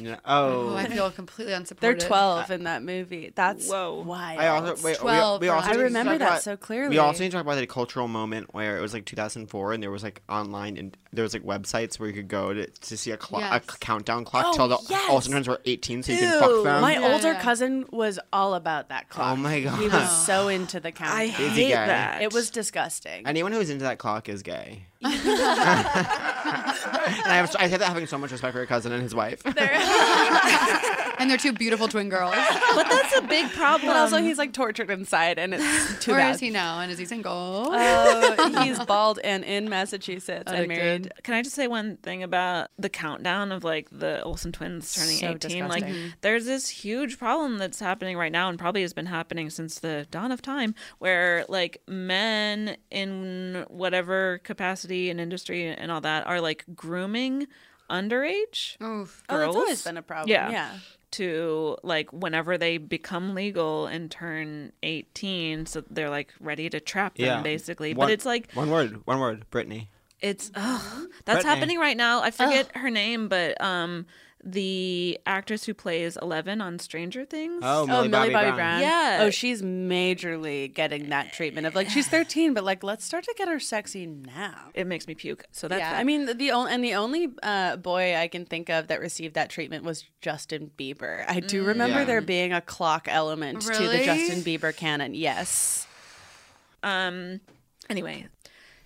No- oh.
I
(laughs)
feel completely
They're
unsupported.
twelve in that movie. That's whoa wild.
I also wait. oh, we, we also
I
need to
remember
talk
that
about-
so clearly.
We also need to talk about the cultural moment where it was like 2004, and there was like online and there was like websites where you could go to, to see a, clock, a
Yes.
countdown clock
Oh,
till the
yes.
Olsen twins were 18, so you
Ew.
could fuck them.
My older cousin was all about that clock.
Oh my god!
He was so into the countdown.
Is he hate gay? that.
It was (laughs)
(laughs)
disgusting.
Anyone who's into that clock is
(laughs)
gay. (laughs) and I, have, I said that having so much respect for your cousin and his wife.
and they're two beautiful twin girls.
but that's a big problem.
But also, he's like tortured inside, and it's too
Where
bad.
is he now? And is he single?
Uh, he's bald and in Massachusetts and married.
Can I just say one thing about the countdown of like the Olsen twins turning
So
18? Like,
disgusting. Mhm.
there's this huge problem that's happening right now and probably has been happening since the dawn of time where like men in whatever capacity and industry and all that are like grooming underage girls.
Oh, that's always been a problem, yeah.
To like whenever they become legal and turn 18, so they're like ready to trap them basically.
One-
but it's like
one word, one word, Brittany.
it's
Mm-hmm.
oh, that's
Brittany.
happening right now. I forget her name, but um, the actress who plays Eleven on Stranger Things.
Oh, Millie, Bobby, Brown.
Yeah.
Oh, she's majorly getting that treatment of like she's 13, but like let's start to get her sexy now.
It makes me puke. So that's
yeah.
fine.
I mean, the- the only and the only uh, boy I can think of that received that treatment was Justin Bieber. I do
Mm.
remember
Yeah.
there being a clock element to the
Really?
Justin Bieber canon. Yes.
Um. Anyway,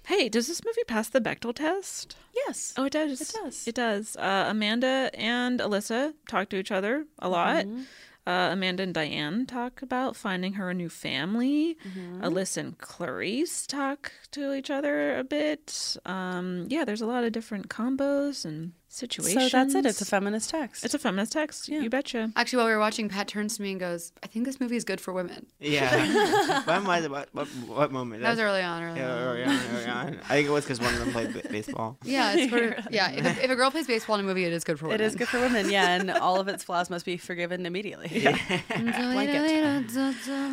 hey, does this movie pass the Bechtel test?
Yes.
Oh, it does. It does. It does. Uh, Amanda and Alyssa talk to each other a lot.
Mhm.
Uh, Amanda and Diane talk about finding her a new family.
Mhm.
Alyssa and Clarice talk to each other a bit. Um, yeah, there's a lot of different combos and situations.
So that's it. It's a feminist text.
It's a feminist text. You betcha.
Actually, while we were watching, Pat turns to me and goes, I think this movie is good for women. (laughs)
(laughs) Yeah. when was it? What, what, what moment?
That was early on, early
yeah,
on.
Early on, early on.
(laughs)
I think it was because one of them played b- baseball.
Yeah,
(laughs)
it's for, yeah. If a, if a girl plays baseball in a movie, it is good for
It
women.
is good for women, yeah,
(laughs)
and all of its flaws must be forgiven immediately. (laughs)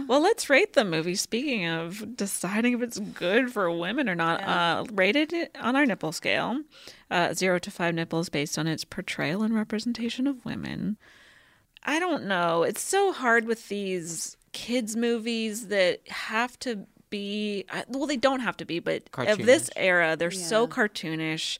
Well, let's rate the movie. Speaking of deciding if it's good for women or not, uh, rated it on our nipple scale, uh, zero to five nipples based on its portrayal and representation of women. I don't know. It's so hard with these kids' movies that have to be I- well, they don't have to be, but of
Cartoonish.
this era, they're so cartoonish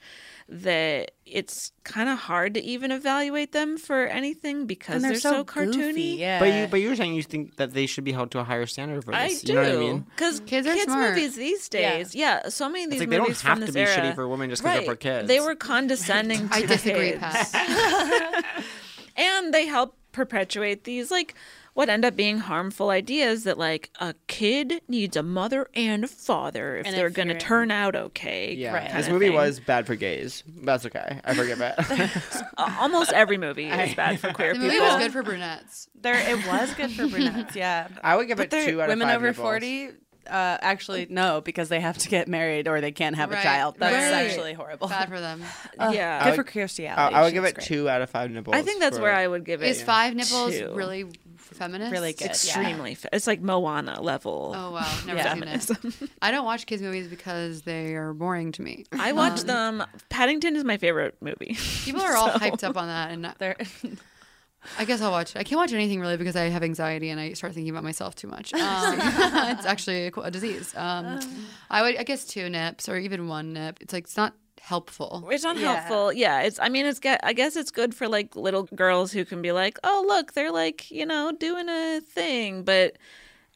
that it's kind of hard to even evaluate them for anything because
they're
they're, so,
so goofy,
cartoony.
yeah.
But you, but you were saying you think that they should be held to a higher standard for this.
I
you know what I mean?
Because kids,
smart.
movies these days, yeah. so many of
It's
these
like they don't
movies
have
from
to
this
be shitty
era-
for women just 'cause they're
Right.
for kids.
They were condescending.
(laughs)
to
I disagree,
kids.
Pat.
(laughs) and they help perpetuate these like what end up being harmful ideas that like a kid needs a mother and a father if
And
they're
if
going to
you're-
turn out okay.
Yeah.
kinda
This movie
thing.
was bad for gays. That's okay. I forgive
(laughs)
it.
A- almost every movie is bad for queer
The
people.
movie was good for brunettes.
There, it was
(laughs)
good for brunettes. Yeah,
I would give
But
it
they're-
two out of
women
five
over
nipples.
forty. Uh, actually, no, because they have to get married or they can't have a child. That's actually horrible.
Bad for them.
Ugh,
Yeah.
good for Kirstie
I,
Alley.
I would
She
give
was
it
great.
two out of five nipples.
I think that's
for-
where I would give it.
Is five nipples
two.
really feminist?
Really good. Extremely. fe- It's like Moana level.
Oh wow, never
Yeah.
seen
(laughs)
it. I don't watch kids movies because they are boring to me. Um,
I watch
Um,
them. Paddington is my favorite movie. (laughs)
People are all (laughs)
So-
hyped up on that, and (laughs) they're. I guess I'll watch. it. I can't watch anything really because I have anxiety and I start thinking about myself too much. (laughs) Um, it's actually a, qu- a disease. Um, I would, I guess, two nips or even one nip. It's like it's not helpful.
It's not
Yeah.
helpful. Yeah, it's. I mean, it's. ge- I guess it's good for like little girls who can be like, oh look, they're like you know doing a thing. But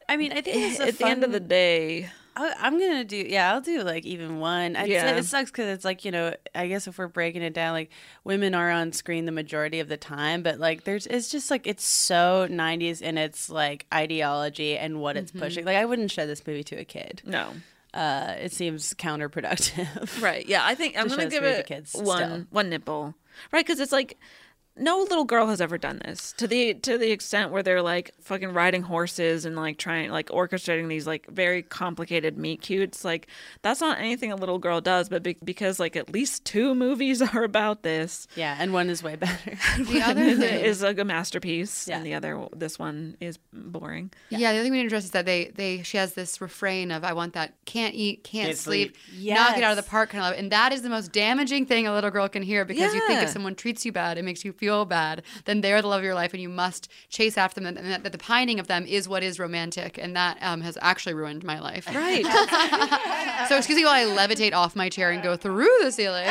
I mean, I think it's
(sighs)
a
at the end of
fun-
the day,
I, I'm gonna do. Yeah, I'll do like even one. I,
Yeah.
It sucks because it's like you know. I guess if we're breaking it down, like women are on screen the majority of the time, but like there's it's just like it's so 90s in its like ideology and what it's
Mm-hmm.
Mhm.
pushing. Like I wouldn't show this movie to a kid.
No.
Uh, it seems
(laughs)
counterproductive.
right? Yeah, I think I'm
To show
gonna
this
give
movie to
it
kids
one
still.
one nipple, right? Because it's like no little girl has ever done this to the to the extent where they're like fucking riding horses and like trying like orchestrating these like very complicated meet cutes. Like that's not anything a little girl does, but be- because like at least two (laughs) movies are about this.
Yeah, and one is way
(laughs)
better.
The other
is,
thing-
is like a masterpiece, and the other this one is boring.
Yeah. the other thing we didn't address is that they they she has this refrain of I want that can't eat, can't,
Can't
sleep,
sleep.
not get out of
Yes.
the park kind of and that is the most damaging thing a little girl can hear because you think
Yeah.
if someone treats you bad, it makes you feel bad, then they're the love of your life and you must chase after them and that, that the pining of them is what is romantic and that um, has actually ruined my life.
Right.
(laughs) so excuse me while I levitate off my chair and go through the
(laughs)
ceiling.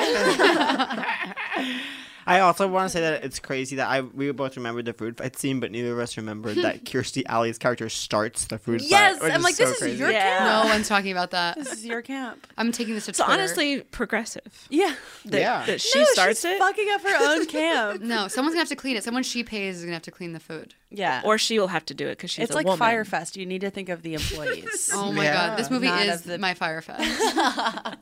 I also want to say that it's crazy that I we both remembered the food fight scene, but neither of us remembered
(laughs)
that Kirstie Alley's character starts the food fight. which so crazy.
No one's talking about that. This
is your camp.
I'm taking this to
So
Twitter.
honestly, progressive.
Yeah.
That,
Yeah.
that she
No, she's
starts it.
Fucking up her own camp.
(laughs) no, someone's gonna have to clean it. Someone she pays is gonna have to clean the food.
Yeah.
Or she will have to do it because she's
it's
a
like
woman.
Firefest. You need to think of the employees.
(laughs) Oh my god, this movie
Not
is
of the-
my Firefest.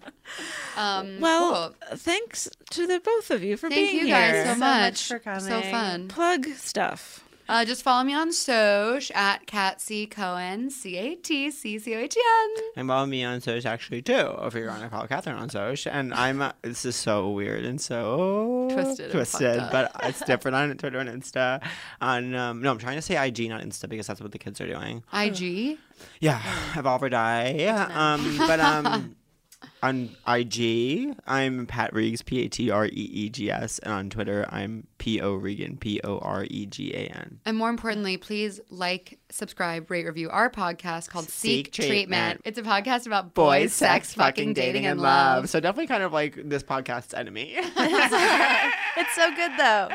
(laughs)
um,
Well,
cool.
thanks to the both of you for
Thank
being
you guys
here.
so So much much. for So coming. fun.
Plug stuff.
Uh, just follow me on Soch at Cat C Cohen, C A T C C O H E N.
And follow me on Soch actually too. Over here on I follow Catherine on Soch, and I'm uh, this is so weird and so
Twisted and
twisted,
fucked (laughs)
but
up.
it's different on Twitter and Insta. On um, no, I'm trying to say IG, not Insta, because that's what the kids are doing.
IG. (sighs)
Yeah, evolve or die. Yeah, um,
(laughs)
but um, on IG, I'm Pat Reegs, P A T R E E G S, and on Twitter, I'm P O Regan, P O R E G A N.
And more importantly, please like, subscribe, rate, review our podcast called Seek,
Seek
Treatment.
Treatment.
It's a podcast about boys, sex, fucking, dating, and love.
So definitely kind of like this podcast's enemy. (laughs)
(laughs) It's so good though.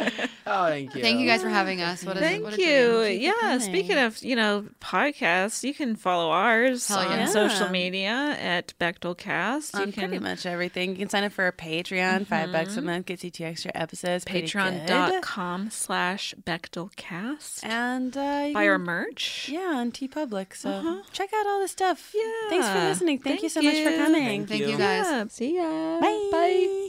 oh, thank you.
Thank you guys for having us. What is
Thank
it? What a
you.
dream.
yeah. Speaking of, you know, podcasts, you can follow ours
Hell
on
yeah.
social media at Bechtelcast.
on
you can
pretty much everything. You can sign up for our Patreon.
Mm-hmm.
Five bucks a
Mhm.
month gets you two extra episodes. Pretty good.
patreon.com slash Bechtelcast.
And uh, you
buy our
can-
merch. Uh-huh.
Yeah, on T Public. So check out all this stuff. Yeah. Thanks for
Yeah.
listening. Thank, you so
Thank
much for
you.
coming.
Thank Thank you. you guys. Yeah. See ya.
Bye. Bye.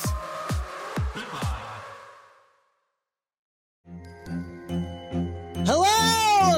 Hello,